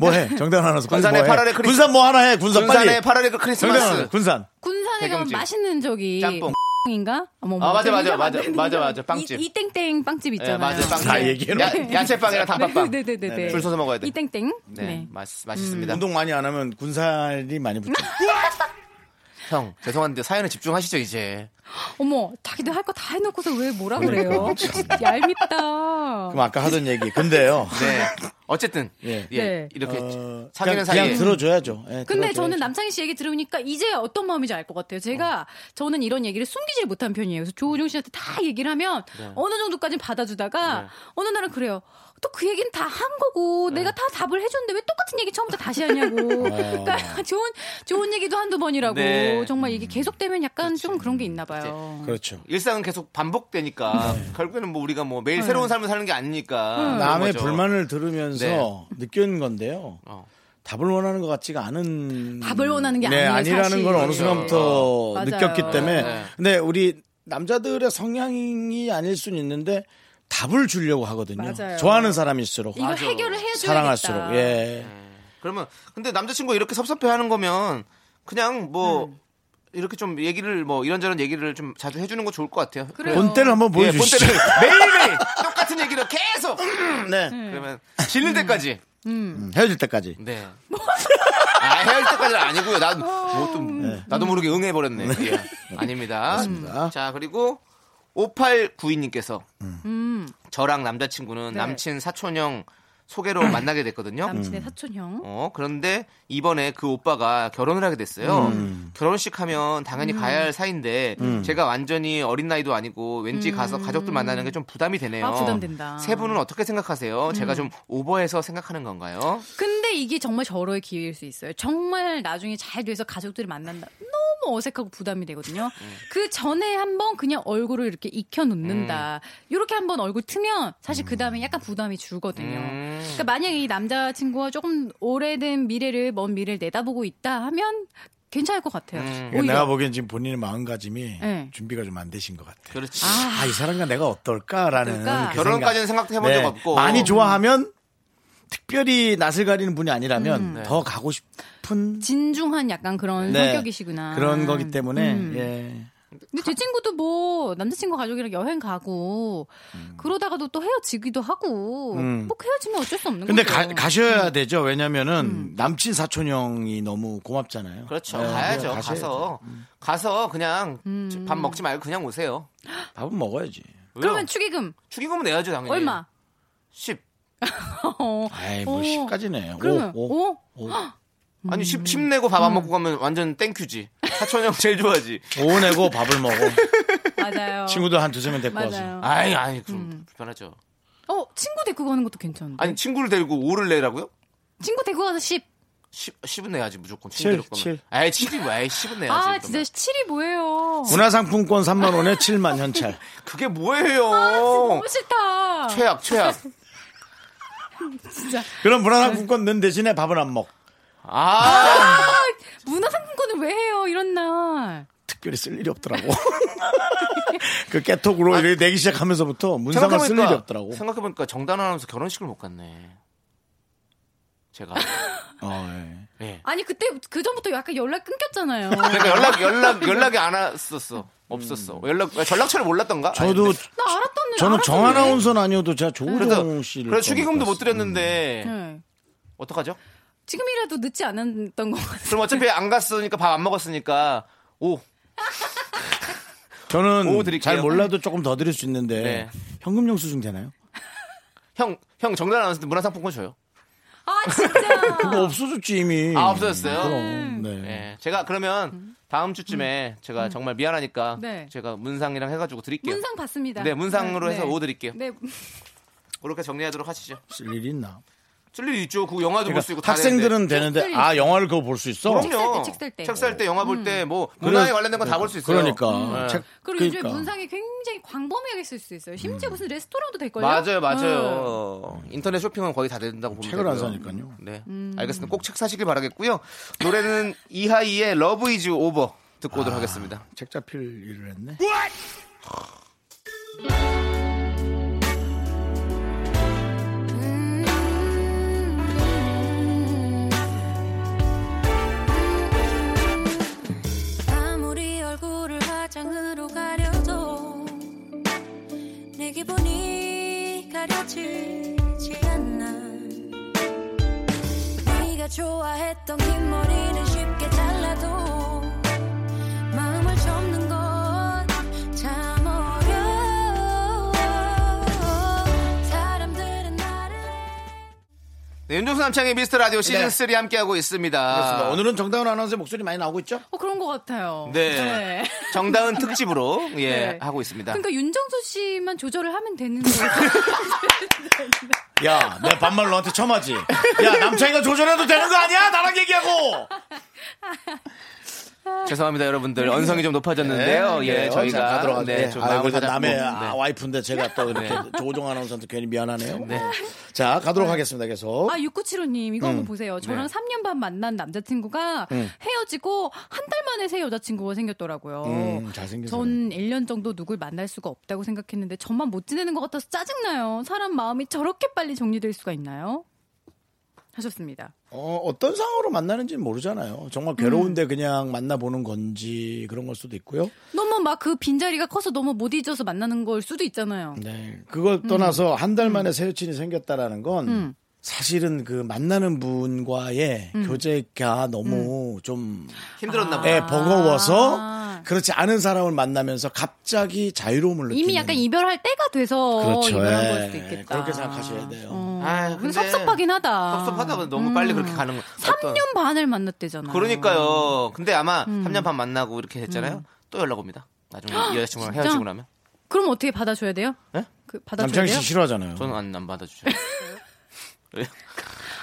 [SPEAKER 1] 뭐 해? 정답 하나서
[SPEAKER 2] 군산에
[SPEAKER 1] 뭐 해?
[SPEAKER 2] 파라레 크리스-
[SPEAKER 1] 군산 뭐 하나 해? 군산
[SPEAKER 2] 군산에
[SPEAKER 1] 빨리.
[SPEAKER 2] 파라레 크리스마스.
[SPEAKER 1] 정답 하나, 군산.
[SPEAKER 9] 군산에 가면
[SPEAKER 2] 백영지.
[SPEAKER 9] 맛있는 저기
[SPEAKER 2] 짬뽕.
[SPEAKER 9] 인가? 어머,
[SPEAKER 2] 아, 맞아, 맞아,
[SPEAKER 9] 얘기하면 안
[SPEAKER 2] 맞아,
[SPEAKER 9] 되는데.
[SPEAKER 2] 맞아, 맞아. 빵집.
[SPEAKER 9] 이, 이 땡땡 빵집 있잖아요.
[SPEAKER 2] 예, 맞아요. 빵집.
[SPEAKER 1] 다 얘기해놓고.
[SPEAKER 2] 야- 야채빵이랑 단팥빵.
[SPEAKER 9] 네, 음. 네, 네, 네.
[SPEAKER 2] 줄 서서 먹어야 돼.
[SPEAKER 9] 이 땡땡.
[SPEAKER 2] 네, 맛있, 맛있습니다.
[SPEAKER 1] 운동 많이 안 하면 군살이 많이 붙죠.
[SPEAKER 2] 형, 죄송한데 사연에 집중하시죠, 이제.
[SPEAKER 9] 어머, 자기들 할 거 다 해놓고서 왜 뭐라
[SPEAKER 2] 네.
[SPEAKER 9] 그래요? 얄밉다.
[SPEAKER 1] 그럼 아까 하던 얘기. 근데요.
[SPEAKER 2] 네. 어쨌든. 예.
[SPEAKER 9] 네.
[SPEAKER 2] 이렇게
[SPEAKER 1] 어, 그냥,
[SPEAKER 2] 사귀는 사이에.
[SPEAKER 1] 그냥 들어줘야죠. 예,
[SPEAKER 9] 근데
[SPEAKER 1] 들어줘야죠.
[SPEAKER 9] 저는 남창희 씨 얘기 들으니까 이제 어떤 마음인지 알 것 같아요.
[SPEAKER 1] 어.
[SPEAKER 9] 제가 저는 이런 얘기를 숨기질 못한 편이에요. 그래서 조우종 씨한테 다 얘기를 하면
[SPEAKER 10] 네.
[SPEAKER 9] 어느 정도까지는
[SPEAKER 1] 네.
[SPEAKER 9] 받아주다가 어느 날은 그래요. 또 그 얘기는 다 한 거고 내가 다 답을 해줬는데 왜 똑같은 얘기 처음부터 다시 하냐고.
[SPEAKER 1] 어.
[SPEAKER 9] 그러니까 좋은 좋은 얘기도 한두 번이라고
[SPEAKER 2] 네.
[SPEAKER 9] 정말 이게 계속되면 약간 좀 그런 게 있나 봐요.
[SPEAKER 1] 음. 그렇죠.
[SPEAKER 2] 일상은 계속 반복되니까 결국에는 뭐 우리가 뭐 매일
[SPEAKER 9] 음.
[SPEAKER 2] 새로운 삶을 사는 게 아니니까. 그런
[SPEAKER 1] 네. 남의
[SPEAKER 2] 거죠. 어.
[SPEAKER 1] 불만을 들으면서
[SPEAKER 2] 네.
[SPEAKER 1] 느끼는 건데요. 답을 원하는 것 같지가 않은
[SPEAKER 9] 답을 원하는 게
[SPEAKER 1] 네,
[SPEAKER 9] 아니에요,
[SPEAKER 1] 아니라는
[SPEAKER 9] 사실.
[SPEAKER 1] 걸 어느
[SPEAKER 9] 그렇죠.
[SPEAKER 1] 순간부터 어,
[SPEAKER 9] 맞아요.
[SPEAKER 1] 느꼈기 때문에
[SPEAKER 9] 네.
[SPEAKER 1] 근데 우리 남자들의 성향이 아닐 수는 있는데 답을 주려고 하거든요.
[SPEAKER 9] 맞아요.
[SPEAKER 1] 좋아하는 사람일수록
[SPEAKER 9] 이걸 맞아. 해결을 해줘야겠다. 음.
[SPEAKER 1] 사랑할수록 예.
[SPEAKER 2] 그러면 근데 남자친구 가 이렇게 섭섭해하는 거면 그냥 뭐
[SPEAKER 9] 음.
[SPEAKER 2] 이렇게 좀 얘기를 뭐 이런저런 얘기를 좀 자주 해주는 거 좋을 것 같아요.
[SPEAKER 1] 그래요. 본때를 한번 보여주시죠.
[SPEAKER 2] 예, 본때를 매일매일 음. 똑같은 얘기를 계속.
[SPEAKER 1] 네.
[SPEAKER 9] 음.
[SPEAKER 2] 그러면 질릴 때까지.
[SPEAKER 1] 음, 헤어질 때까지.
[SPEAKER 2] 네. 아, 헤어질 때까지는 아니고요. 나, 뭐 또, 나도 모르게 응해버렸네. 예. 아닙니다. 자, 그리고 5892님께서
[SPEAKER 9] 음.
[SPEAKER 2] 저랑 남자친구는
[SPEAKER 9] 네.
[SPEAKER 2] 남친 사촌형 소개로 만나게 됐거든요.
[SPEAKER 1] 음.
[SPEAKER 9] 남친의 사촌형.
[SPEAKER 2] 어, 그런데 이번에 그 오빠가 결혼을 하게 됐어요.
[SPEAKER 1] 음.
[SPEAKER 2] 결혼식 하면 당연히
[SPEAKER 9] 음.
[SPEAKER 2] 가야 할 사이인데
[SPEAKER 1] 음.
[SPEAKER 2] 제가 완전히 어린 나이도 아니고 왠지 가서 가족들 만나는 게 좀 부담이 되네요.
[SPEAKER 9] 음. 아, 부담된다. 음.
[SPEAKER 2] 세 분은 어떻게 생각하세요? 제가 좀 오버해서 생각하는 건가요?
[SPEAKER 9] 근데 이게 정말 절호의 기회일 수 있어요. 정말 나중에 잘 돼서 가족들을 만난다. 너무 어색하고 부담이 되거든요. 그 전에 한번 그냥 얼굴을 이렇게 익혀 놓는다.
[SPEAKER 1] 음.
[SPEAKER 9] 이렇게 한번 얼굴 트면 사실 그 다음에 약간 부담이 줄거든요.
[SPEAKER 1] 음.
[SPEAKER 2] 음.
[SPEAKER 9] 그러니까 만약에 이 남자친구가 조금 오래된 미래를 먼 미래를 내다보고 있다 하면 괜찮을 것 같아요.
[SPEAKER 1] 그러니까
[SPEAKER 9] 오히려.
[SPEAKER 1] 내가 보기엔 지금 본인의 마음가짐이
[SPEAKER 9] 네.
[SPEAKER 1] 준비가 좀 안 되신 것 같아.
[SPEAKER 2] 그렇지.
[SPEAKER 1] 아, 이 사람과 내가 어떨까라는.
[SPEAKER 9] 어떨까?
[SPEAKER 1] 그 네.
[SPEAKER 2] 결혼까지는 생각도 해본 적 없고.
[SPEAKER 1] 많이 좋아하면 특별히 낯을 가리는 분이 아니라면
[SPEAKER 9] 음.
[SPEAKER 1] 더 가고 싶은
[SPEAKER 9] 진중한 약간 그런
[SPEAKER 1] 네.
[SPEAKER 9] 성격이시구나.
[SPEAKER 1] 그런 거기 때문에
[SPEAKER 9] 음.
[SPEAKER 1] 예.
[SPEAKER 9] 근데 제 친구도 뭐 남자친구 가족이랑 여행 가고 그러다가도 또 헤어지기도 하고
[SPEAKER 1] 음.
[SPEAKER 9] 꼭 헤어지면 어쩔 수 없는
[SPEAKER 1] 근데
[SPEAKER 9] 거죠.
[SPEAKER 1] 가,
[SPEAKER 9] 음.
[SPEAKER 1] 가셔야 되죠. 왜냐면은 남친 사촌 형이 너무 고맙잖아요.
[SPEAKER 2] 그렇죠.
[SPEAKER 1] 예,
[SPEAKER 2] 가야죠.
[SPEAKER 1] 가셔야
[SPEAKER 2] 가서
[SPEAKER 1] 음.
[SPEAKER 2] 가서 그냥 밥 먹지 말고 그냥 오세요.
[SPEAKER 1] 돼요. 밥은 먹어야죠.
[SPEAKER 2] 왜요?
[SPEAKER 9] 음. 그러면 축의금
[SPEAKER 2] 축의금은 내야죠
[SPEAKER 1] 네.
[SPEAKER 2] 당연히.
[SPEAKER 9] 얼마?
[SPEAKER 2] 10.
[SPEAKER 1] 에이, 뭐
[SPEAKER 9] 오.
[SPEAKER 1] 10까지 네요.
[SPEAKER 9] 어. 그러면
[SPEAKER 1] 오,
[SPEAKER 9] 오,
[SPEAKER 2] 아니
[SPEAKER 9] 음.
[SPEAKER 2] 10, 10 내고 밥 안 먹고 가면 완전 땡큐지. 사촌 형 제일 좋아하지.
[SPEAKER 1] 오 내고 밥을 먹어.
[SPEAKER 9] 맞아요.
[SPEAKER 1] 친구들 한 두세 명 데리고
[SPEAKER 9] 맞아요.
[SPEAKER 1] 와서.
[SPEAKER 2] 아니 아니 그럼
[SPEAKER 9] 음.
[SPEAKER 2] 불편하죠.
[SPEAKER 9] 어 친구 데리고 가는 것도 괜찮은데.
[SPEAKER 2] 아니 친구를 데리고 5를 내라고요?
[SPEAKER 9] 친구 데리고 가서 10.
[SPEAKER 2] 10, 10은 내야지 무조건.
[SPEAKER 1] 칠,
[SPEAKER 2] 친구 데리고
[SPEAKER 1] 칠.
[SPEAKER 2] 가면. 아이 10이 뭐야? 아이 10은 내야지.
[SPEAKER 9] 아
[SPEAKER 2] 그러면.
[SPEAKER 9] 진짜 7이
[SPEAKER 1] 어.
[SPEAKER 9] 뭐예요?
[SPEAKER 1] 문화상품권 3만 원에 7만 현찰.
[SPEAKER 2] 그게 뭐예요?
[SPEAKER 9] 아, 너무 싫다.
[SPEAKER 2] 최악 최악.
[SPEAKER 9] 진짜.
[SPEAKER 1] 그럼 문화상품권 넣은 대신에 밥은 안 먹.
[SPEAKER 2] 아.
[SPEAKER 9] 아, 문화상품권을 왜 해요 이런 날?
[SPEAKER 1] 특별히 쓸 일이 없더라고. 그 깨톡으로 이렇게 내기 시작하면서부터 문상을 쓸 일이
[SPEAKER 2] 아. 생각해보니까
[SPEAKER 1] 없더라고.
[SPEAKER 2] 생각해보니까 정단 아나운서 결혼식을 못 갔네. 제가.
[SPEAKER 1] 어, 예.
[SPEAKER 2] 예.
[SPEAKER 9] 아니 그때 그 전부터 약간 연락 끊겼잖아요.
[SPEAKER 2] 그러니까 연락 연락 연락이 안 왔었어. 없었어. 연락 전락처를 몰랐던가?
[SPEAKER 1] 음. 저도
[SPEAKER 9] 나 알았던
[SPEAKER 1] 저는
[SPEAKER 9] 알았던
[SPEAKER 1] 정
[SPEAKER 9] 왜?
[SPEAKER 1] 아나운서는 아니어도 제가 조우정
[SPEAKER 2] 그래서
[SPEAKER 1] 씨를
[SPEAKER 2] 그래 축의금도
[SPEAKER 1] 봤어요.
[SPEAKER 2] 못 드렸는데
[SPEAKER 9] 네.
[SPEAKER 2] 어떡하죠?
[SPEAKER 9] 지금이라도 늦지 않았던 것 같아요.
[SPEAKER 2] 그럼 어차피 안 갔으니까 밥 안 먹었으니까 오 오후
[SPEAKER 1] 저는
[SPEAKER 2] 드릴게요.
[SPEAKER 1] 잘 몰라도 조금 더 드릴 수 있는데
[SPEAKER 2] 네.
[SPEAKER 1] 현금 영수증 되나요?
[SPEAKER 2] 형, 형 정단 아나운서 문화상품권 줘요.
[SPEAKER 9] 아 진짜.
[SPEAKER 1] 그거 뭐 없어졌지 이미.
[SPEAKER 2] 아, 없어졌어요?
[SPEAKER 1] 그럼. 네.
[SPEAKER 2] 예, 제가 그러면 다음 주쯤에 제가 정말 미안하니까
[SPEAKER 9] 네.
[SPEAKER 2] 제가 문상이랑 해가지고 드릴게요.
[SPEAKER 9] 문상 봤습니다.
[SPEAKER 2] 네, 문상으로 해서 오 드릴게요.
[SPEAKER 9] 네.
[SPEAKER 2] 그렇게 정리하도록 하시죠.
[SPEAKER 1] 쓸 일이 있나?
[SPEAKER 2] 쓸 일 있죠. 그 영화도 볼 수 있고 네. 다
[SPEAKER 1] 학생들은
[SPEAKER 2] 되는데.
[SPEAKER 1] 되는데 아 영화를 그거 볼 수 있어?
[SPEAKER 2] 그럼요. 책 살 때 영화 볼 때 뭐 문화에
[SPEAKER 1] 그래,
[SPEAKER 2] 관련된 건 다
[SPEAKER 1] 그래,
[SPEAKER 2] 볼 수 있어요.
[SPEAKER 1] 그러니까.
[SPEAKER 2] 예.
[SPEAKER 1] 책-
[SPEAKER 9] 그리고 요즘에
[SPEAKER 2] 그러니까.
[SPEAKER 9] 문상이 굉장히 광범위하게 쓸 수 있어요. 심지어 무슨 레스토랑도 될걸요?
[SPEAKER 2] 음. 맞아요,
[SPEAKER 9] 어.
[SPEAKER 2] 맞아요. 인터넷 쇼핑은 거의 다 된다고 보면
[SPEAKER 1] 책을 안
[SPEAKER 2] 사니까요. 네, 알겠습니다. 꼭 책 사시길 바라겠고요. 노래는 이하이의 러브 이즈 오버 듣고
[SPEAKER 1] 아.
[SPEAKER 2] 오도록 하겠습니다.
[SPEAKER 1] 책 잡힐 일을 했네.
[SPEAKER 15] 아무리 얼굴을 화장으로 가려도 내 기분이 가려지지 않아 네가 좋아했던 긴 머리는 쉽게 잘라도 마음을 접는 건 참 어려워 사람들은 나를
[SPEAKER 2] 네, 윤종수 남창의 미스터 라디오 시즌
[SPEAKER 1] 네.
[SPEAKER 2] 3 함께하고 있습니다.
[SPEAKER 1] 그렇습니다. 오늘은 정다운 아나운서의 목소리 많이 나오고 있죠?
[SPEAKER 9] 어, 그런 것 같아요.
[SPEAKER 2] 네. 정다은 특집으로 예
[SPEAKER 9] 네.
[SPEAKER 2] 하고 있습니다.
[SPEAKER 9] 그러니까 윤정수 씨만 조절을 하면 되는 거예요.
[SPEAKER 1] 야, 내 반말 너한테 처마지. 야, 남창이가 조절해도 되는 거 아니야? 나랑 얘기하고.
[SPEAKER 2] 죄송합니다,
[SPEAKER 9] 네.
[SPEAKER 2] 여러분들. 언성이 좀 높아졌는데요.
[SPEAKER 1] 네,
[SPEAKER 2] 예,
[SPEAKER 1] 그래요.
[SPEAKER 2] 저희가
[SPEAKER 1] 자, 가도록 하겠습니다.
[SPEAKER 2] 네, 좀
[SPEAKER 1] 아이고,
[SPEAKER 2] 마음을
[SPEAKER 1] 이제
[SPEAKER 2] 다잡고.
[SPEAKER 1] 남의
[SPEAKER 2] 네.
[SPEAKER 1] 아, 와이프인데 제가 또 이렇게
[SPEAKER 2] 네.
[SPEAKER 1] 조우정 아나운서한테 괜히 미안하네요. 자, 가도록 하겠습니다. 계속.
[SPEAKER 9] 아, 6975님, 이거
[SPEAKER 1] 어? 음.
[SPEAKER 9] 한번 보세요. 저랑
[SPEAKER 1] 네.
[SPEAKER 9] 3년 반 만난 남자친구가
[SPEAKER 1] 음.
[SPEAKER 9] 헤어지고 한 달 만에 새 여자친구가 생겼더라고요.
[SPEAKER 1] 음, 잘생겨서.
[SPEAKER 9] 전 1년 정도 누굴 만날 수가 없다고 생각했는데 저만 못 지내는 것 같아서 짜증나요. 사람 마음이 저렇게 빨리 정리될 수가 있나요? 하셨습니다.
[SPEAKER 1] 어, 어떤 상황으로 만나는지는 모르잖아요.
[SPEAKER 2] 음.
[SPEAKER 1] 정말 괴로운데 그냥 만나보는 건지 그런 걸 수도 있고요.
[SPEAKER 9] 너무 막 그 빈자리가 커서 너무 못 잊어서 만나는 걸 수도 있잖아요.
[SPEAKER 1] 네.
[SPEAKER 2] 음.
[SPEAKER 1] 그걸 떠나서 한 달 만에 새 여친이 생겼다라는 건
[SPEAKER 9] 음.
[SPEAKER 1] 사실은 그 만나는 분과의
[SPEAKER 2] 음.
[SPEAKER 1] 교제가 너무 좀
[SPEAKER 2] 힘들었나
[SPEAKER 1] 예,
[SPEAKER 2] 아.
[SPEAKER 1] 버거워서 그렇지 않은 사람을 만나면서 갑자기 자유로움을 느끼는
[SPEAKER 9] 이미 약간 이별할 때가 돼서 어, 이별한 걸 수도 있겠다.
[SPEAKER 1] 그렇죠. 예,
[SPEAKER 9] 음,
[SPEAKER 1] 그렇게 생각하셔야 돼요.
[SPEAKER 2] 아,
[SPEAKER 9] 근데 섭섭하긴 하다. 음.
[SPEAKER 2] 섭섭하다. 근데 너무 빨리 그렇게 가는 거.
[SPEAKER 9] 3년 반을 만났대잖아.
[SPEAKER 2] 그러니까요. 근데 아마
[SPEAKER 9] 음.
[SPEAKER 2] 3년 반 만나고 이렇게 했잖아요. 또 연락 옵니다. 나중에
[SPEAKER 9] 헉,
[SPEAKER 2] 이 여자친구랑
[SPEAKER 9] 진짜?
[SPEAKER 2] 헤어지고 나면. 예?
[SPEAKER 9] 그럼 어떻게 받아줘야 돼요?
[SPEAKER 1] 음.
[SPEAKER 9] 그 받아줘야
[SPEAKER 1] 남창희
[SPEAKER 9] 돼요?
[SPEAKER 1] 씨 싫어하잖아요.
[SPEAKER 2] 저는 안, 안 받아주죠.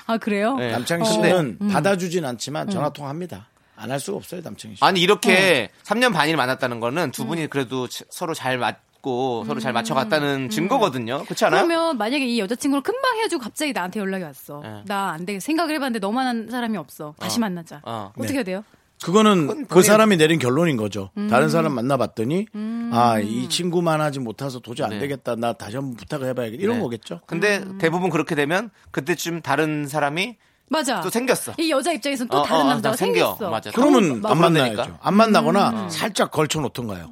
[SPEAKER 9] 아 그래요?
[SPEAKER 2] 네.
[SPEAKER 1] 남창희
[SPEAKER 2] 어.
[SPEAKER 1] 씨는
[SPEAKER 2] 음.
[SPEAKER 1] 받아주진 않지만
[SPEAKER 2] 음.
[SPEAKER 1] 전화 통화합니다. 안 할 수가 없어요, 남창희 씨.
[SPEAKER 2] 아니 이렇게
[SPEAKER 9] 어.
[SPEAKER 2] 3년 반일 만났다는 거는
[SPEAKER 9] 음.
[SPEAKER 2] 두 분이 그래도 치- 서로 잘 맞고 서로 잘 맞춰갔다는 증거거든요. 그렇지 않아요?
[SPEAKER 9] 음. 그러면 만약에 이 여자친구를 금방 헤어지고 갑자기 나한테 연락이 왔어.
[SPEAKER 2] 네.
[SPEAKER 9] 나 안 되게 생각을 해봤는데 너만 한 사람이 없어. 다시
[SPEAKER 1] 어.
[SPEAKER 9] 만나자.
[SPEAKER 1] 어.
[SPEAKER 9] 떻게
[SPEAKER 1] 네.
[SPEAKER 9] 해야 돼요?
[SPEAKER 1] 그거는 그
[SPEAKER 9] 본인-
[SPEAKER 1] 사람이 내린 결론인 거죠.
[SPEAKER 9] 음.
[SPEAKER 1] 다른 사람 만나봤더니 아 이 친구만 하지 못해서 도저히 안 되겠다. 나 다시 한번 부탁을 해봐야겠다. 이런
[SPEAKER 2] 네.
[SPEAKER 1] 거겠죠.
[SPEAKER 2] 근데
[SPEAKER 9] 음.
[SPEAKER 2] 대부분 그렇게 되면 그때쯤 다른 사람이
[SPEAKER 9] 맞아.
[SPEAKER 2] 또 생겼어.
[SPEAKER 9] 이 여자 입장에서는 또
[SPEAKER 2] 어,
[SPEAKER 9] 다른
[SPEAKER 2] 어,
[SPEAKER 9] 남자가
[SPEAKER 2] 나 생겨.
[SPEAKER 9] 생겼어.
[SPEAKER 2] 맞아.
[SPEAKER 1] 네. 그러면
[SPEAKER 9] 막
[SPEAKER 1] 안
[SPEAKER 2] 그러다니까.
[SPEAKER 1] 만나야죠. 안 만나거나
[SPEAKER 9] 음.
[SPEAKER 1] 살짝 걸쳐놓던가요.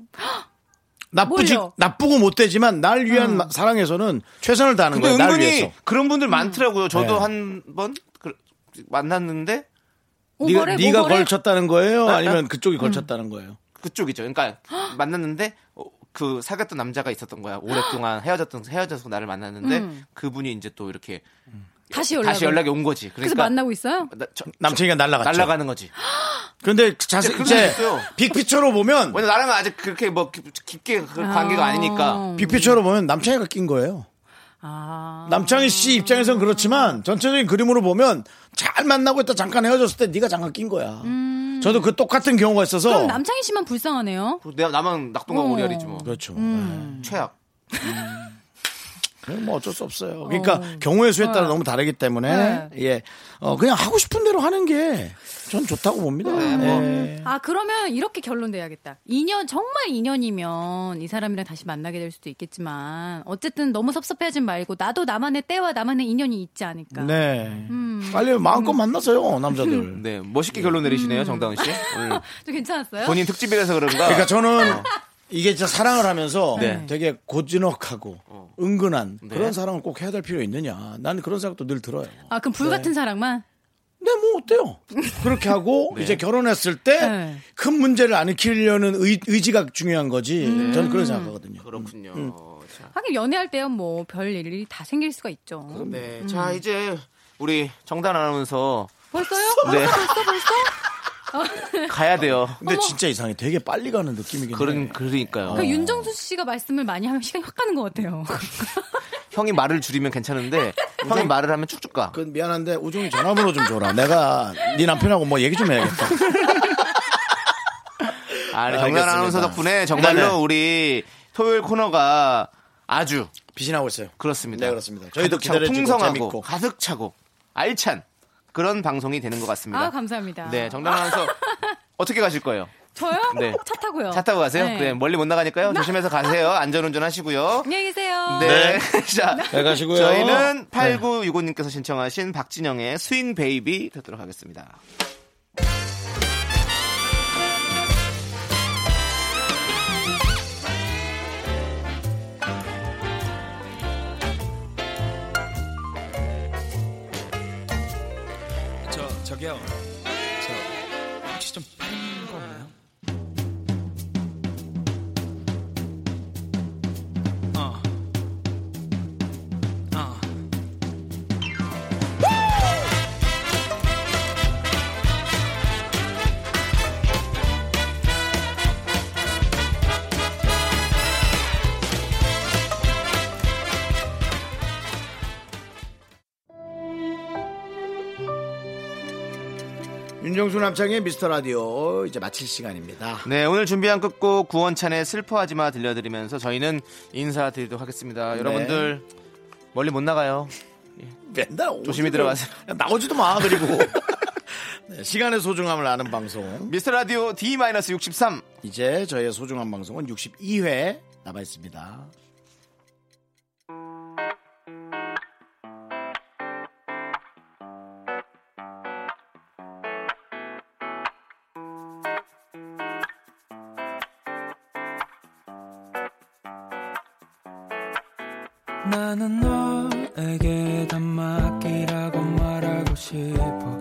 [SPEAKER 1] 나쁘지 나쁘고 못되지만 날 위한
[SPEAKER 9] 음.
[SPEAKER 1] 마- 사랑에서는 최선을 다하는
[SPEAKER 2] 근데
[SPEAKER 1] 거예요. 날
[SPEAKER 2] 은근히
[SPEAKER 1] 위해서.
[SPEAKER 2] 그런 분들 많더라고요. 저도
[SPEAKER 1] 네.
[SPEAKER 2] 한 번 그, 만났는데
[SPEAKER 9] 어,
[SPEAKER 1] 네가, 네가 걸쳤다는 거예요?
[SPEAKER 2] 아,
[SPEAKER 1] 아니면
[SPEAKER 2] 아.
[SPEAKER 1] 그쪽이
[SPEAKER 2] 음.
[SPEAKER 1] 걸쳤다는 거예요?
[SPEAKER 2] 그쪽이죠. 그러니까 만났는데 어, 그 사귀었던 남자가 있었던 거야. 오랫동안 헤어졌던 헤어져서 나를 만났는데
[SPEAKER 9] 음.
[SPEAKER 2] 그분이 이제 또 이렇게 어,
[SPEAKER 9] 다시 연락.
[SPEAKER 2] 다시 연락이 온 거지.
[SPEAKER 9] 그래서
[SPEAKER 2] 그러니까
[SPEAKER 9] 만나고 있어요?
[SPEAKER 2] 나- 저-
[SPEAKER 1] 남친이가 날라갔죠.
[SPEAKER 2] 날라가는 거지.
[SPEAKER 1] 근데 자세
[SPEAKER 2] 그럴
[SPEAKER 1] 이제
[SPEAKER 2] 수 있어요.
[SPEAKER 1] 빅피처로 보면
[SPEAKER 2] 왜냐 나랑 아직 그렇게 뭐 깊- 깊게 그 관계가
[SPEAKER 1] 아.
[SPEAKER 9] 어.
[SPEAKER 2] 아니니까.
[SPEAKER 1] 빅피처로 보면 남창이가 낀 거예요.
[SPEAKER 9] 아.
[SPEAKER 1] 남창희 씨 입장에선 그렇지만 전체적인 그림으로 보면 잘 만나고 있다 잠깐 헤어졌을 때 네가 잠깐 낀 거야. 저도 그 똑같은 경우가 있어서
[SPEAKER 9] 그럼 남창희 씨만 불쌍하네요.
[SPEAKER 2] 그 내가 나만 낙동강
[SPEAKER 9] 어.
[SPEAKER 2] 오리알이지 뭐.
[SPEAKER 1] 그렇죠.
[SPEAKER 2] 최악.
[SPEAKER 1] 그냥 뭐 어쩔 수 없어요. 그러니까 경우의 수에 따라 너무 다르기 때문에 예, 어, 그냥 하고 싶은 대로 하는 게 전 좋다고 봅니다. 예.
[SPEAKER 9] 아 그러면 이렇게 결론 내야겠다. 2년 정말 2년이면 이 사람이랑 다시 만나게 될 수도 있겠지만 어쨌든 너무 섭섭해하지 말고 나도 나만의 때와 나만의 인연이 있지 않을까.
[SPEAKER 1] 네. 빨리 마음껏 만나세요 남자들.
[SPEAKER 2] 네,
[SPEAKER 9] 음.
[SPEAKER 2] 멋있게 결론 내리시네요, 정다은 씨. 오늘
[SPEAKER 9] 좀 괜찮았어요?
[SPEAKER 2] 본인 특집이라서 그런가.
[SPEAKER 1] 그러니까 저는 이게 진짜 사랑을 하면서
[SPEAKER 2] 아. 네.
[SPEAKER 1] 되게 고즈넉하고 은근한
[SPEAKER 2] 네.
[SPEAKER 1] 그런 사랑을 꼭 해야 될 필요 있느냐. 나는 그런 생각도 늘 들어요.
[SPEAKER 9] 아, 그럼 불
[SPEAKER 1] 네.
[SPEAKER 9] 같은 사랑만?
[SPEAKER 1] 네, 뭐 어때요? 그렇게 하고
[SPEAKER 2] 네.
[SPEAKER 1] 이제 결혼했을 때 큰 문제를 안 일으키려는 의, 의지가 중요한 거지. 저는 그런 생각하거든요.
[SPEAKER 2] 그렇군요.
[SPEAKER 9] 하긴 연애할 때야 뭐 별 일이 다 생길 수가 있죠.
[SPEAKER 2] 네. 자, 이제 우리 정단 아나운서
[SPEAKER 9] 벌써요?
[SPEAKER 2] 네.
[SPEAKER 9] 벌써 벌써? 벌써?
[SPEAKER 2] 가야 돼요.
[SPEAKER 1] 근데 진짜 이상해. 되게 빨리 가는 느낌이긴
[SPEAKER 2] 그런 그러니까요.
[SPEAKER 9] 그 윤정수 씨가 말씀을 많이 하면 시간이 확 가는 것 같아요.
[SPEAKER 2] 형이 말을 줄이면 괜찮은데 형이 말을 하면 쭉쭉 가.
[SPEAKER 1] 그 미안한데 우종이 전화번호 좀 줘라. 내가 네 남편하고 뭐 얘기 좀 해야겠다.
[SPEAKER 2] 아, 네, 정단
[SPEAKER 1] 알겠습니다.
[SPEAKER 2] 아나운서 덕분에 정말로
[SPEAKER 1] 네네.
[SPEAKER 2] 우리 토요일 코너가 아주
[SPEAKER 1] 빛이 고 있어요.
[SPEAKER 2] 그렇습니다.
[SPEAKER 1] 네, 그렇습니다. 저희도
[SPEAKER 2] 가득 차고
[SPEAKER 1] 기다려지고
[SPEAKER 2] 풍성하고
[SPEAKER 1] 재밌고.
[SPEAKER 2] 가득 차고 알찬 그런 방송이 되는 것 같습니다.
[SPEAKER 9] 아, 감사합니다.
[SPEAKER 2] 네, 정단 아나운서 어떻게 가실 거예요?
[SPEAKER 9] 저요?
[SPEAKER 2] 네.
[SPEAKER 9] 차 타고요.
[SPEAKER 2] 차 타고 가세요?
[SPEAKER 9] 네.
[SPEAKER 2] 그래, 멀리 못 나가니까요. 조심해서 가세요. 안전운전 하시고요.
[SPEAKER 9] 안녕히 계세요.
[SPEAKER 2] 네. 자,
[SPEAKER 1] 잘 가시고요.
[SPEAKER 2] 저희는
[SPEAKER 1] 네.
[SPEAKER 2] 8965님께서 신청하신 박진영의 스윙 베이비 듣도록 하겠습니다.
[SPEAKER 3] 저 저기요. 저 혹시 좀 빠른 거 없나요? 어. 어.
[SPEAKER 1] 윤정수 남창의 미스터 라디오 이제 마칠 시간입니다.
[SPEAKER 2] 네, 오늘 준비한 끝곡 구원찬의 슬퍼하지 마 들려드리면서 저희는 인사드리도록 하겠습니다.
[SPEAKER 1] 네.
[SPEAKER 2] 여러분들 멀리 못 나가요.
[SPEAKER 1] 맨날 오지도-
[SPEAKER 2] 조심히 들어가세요.
[SPEAKER 1] 나오지도 마 그리고 네, 시간의 소중함을 아는 방송
[SPEAKER 2] 미스터 라디오 D-63
[SPEAKER 1] 이제 저희의 소중한 방송은 62회 남아 있습니다.
[SPEAKER 16] 나는 너에게 다 맡기라고 말하고 싶어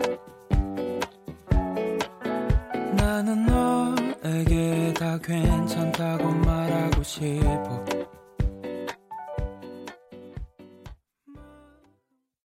[SPEAKER 16] 나는 너에게 다 괜찮다고 말하고 싶어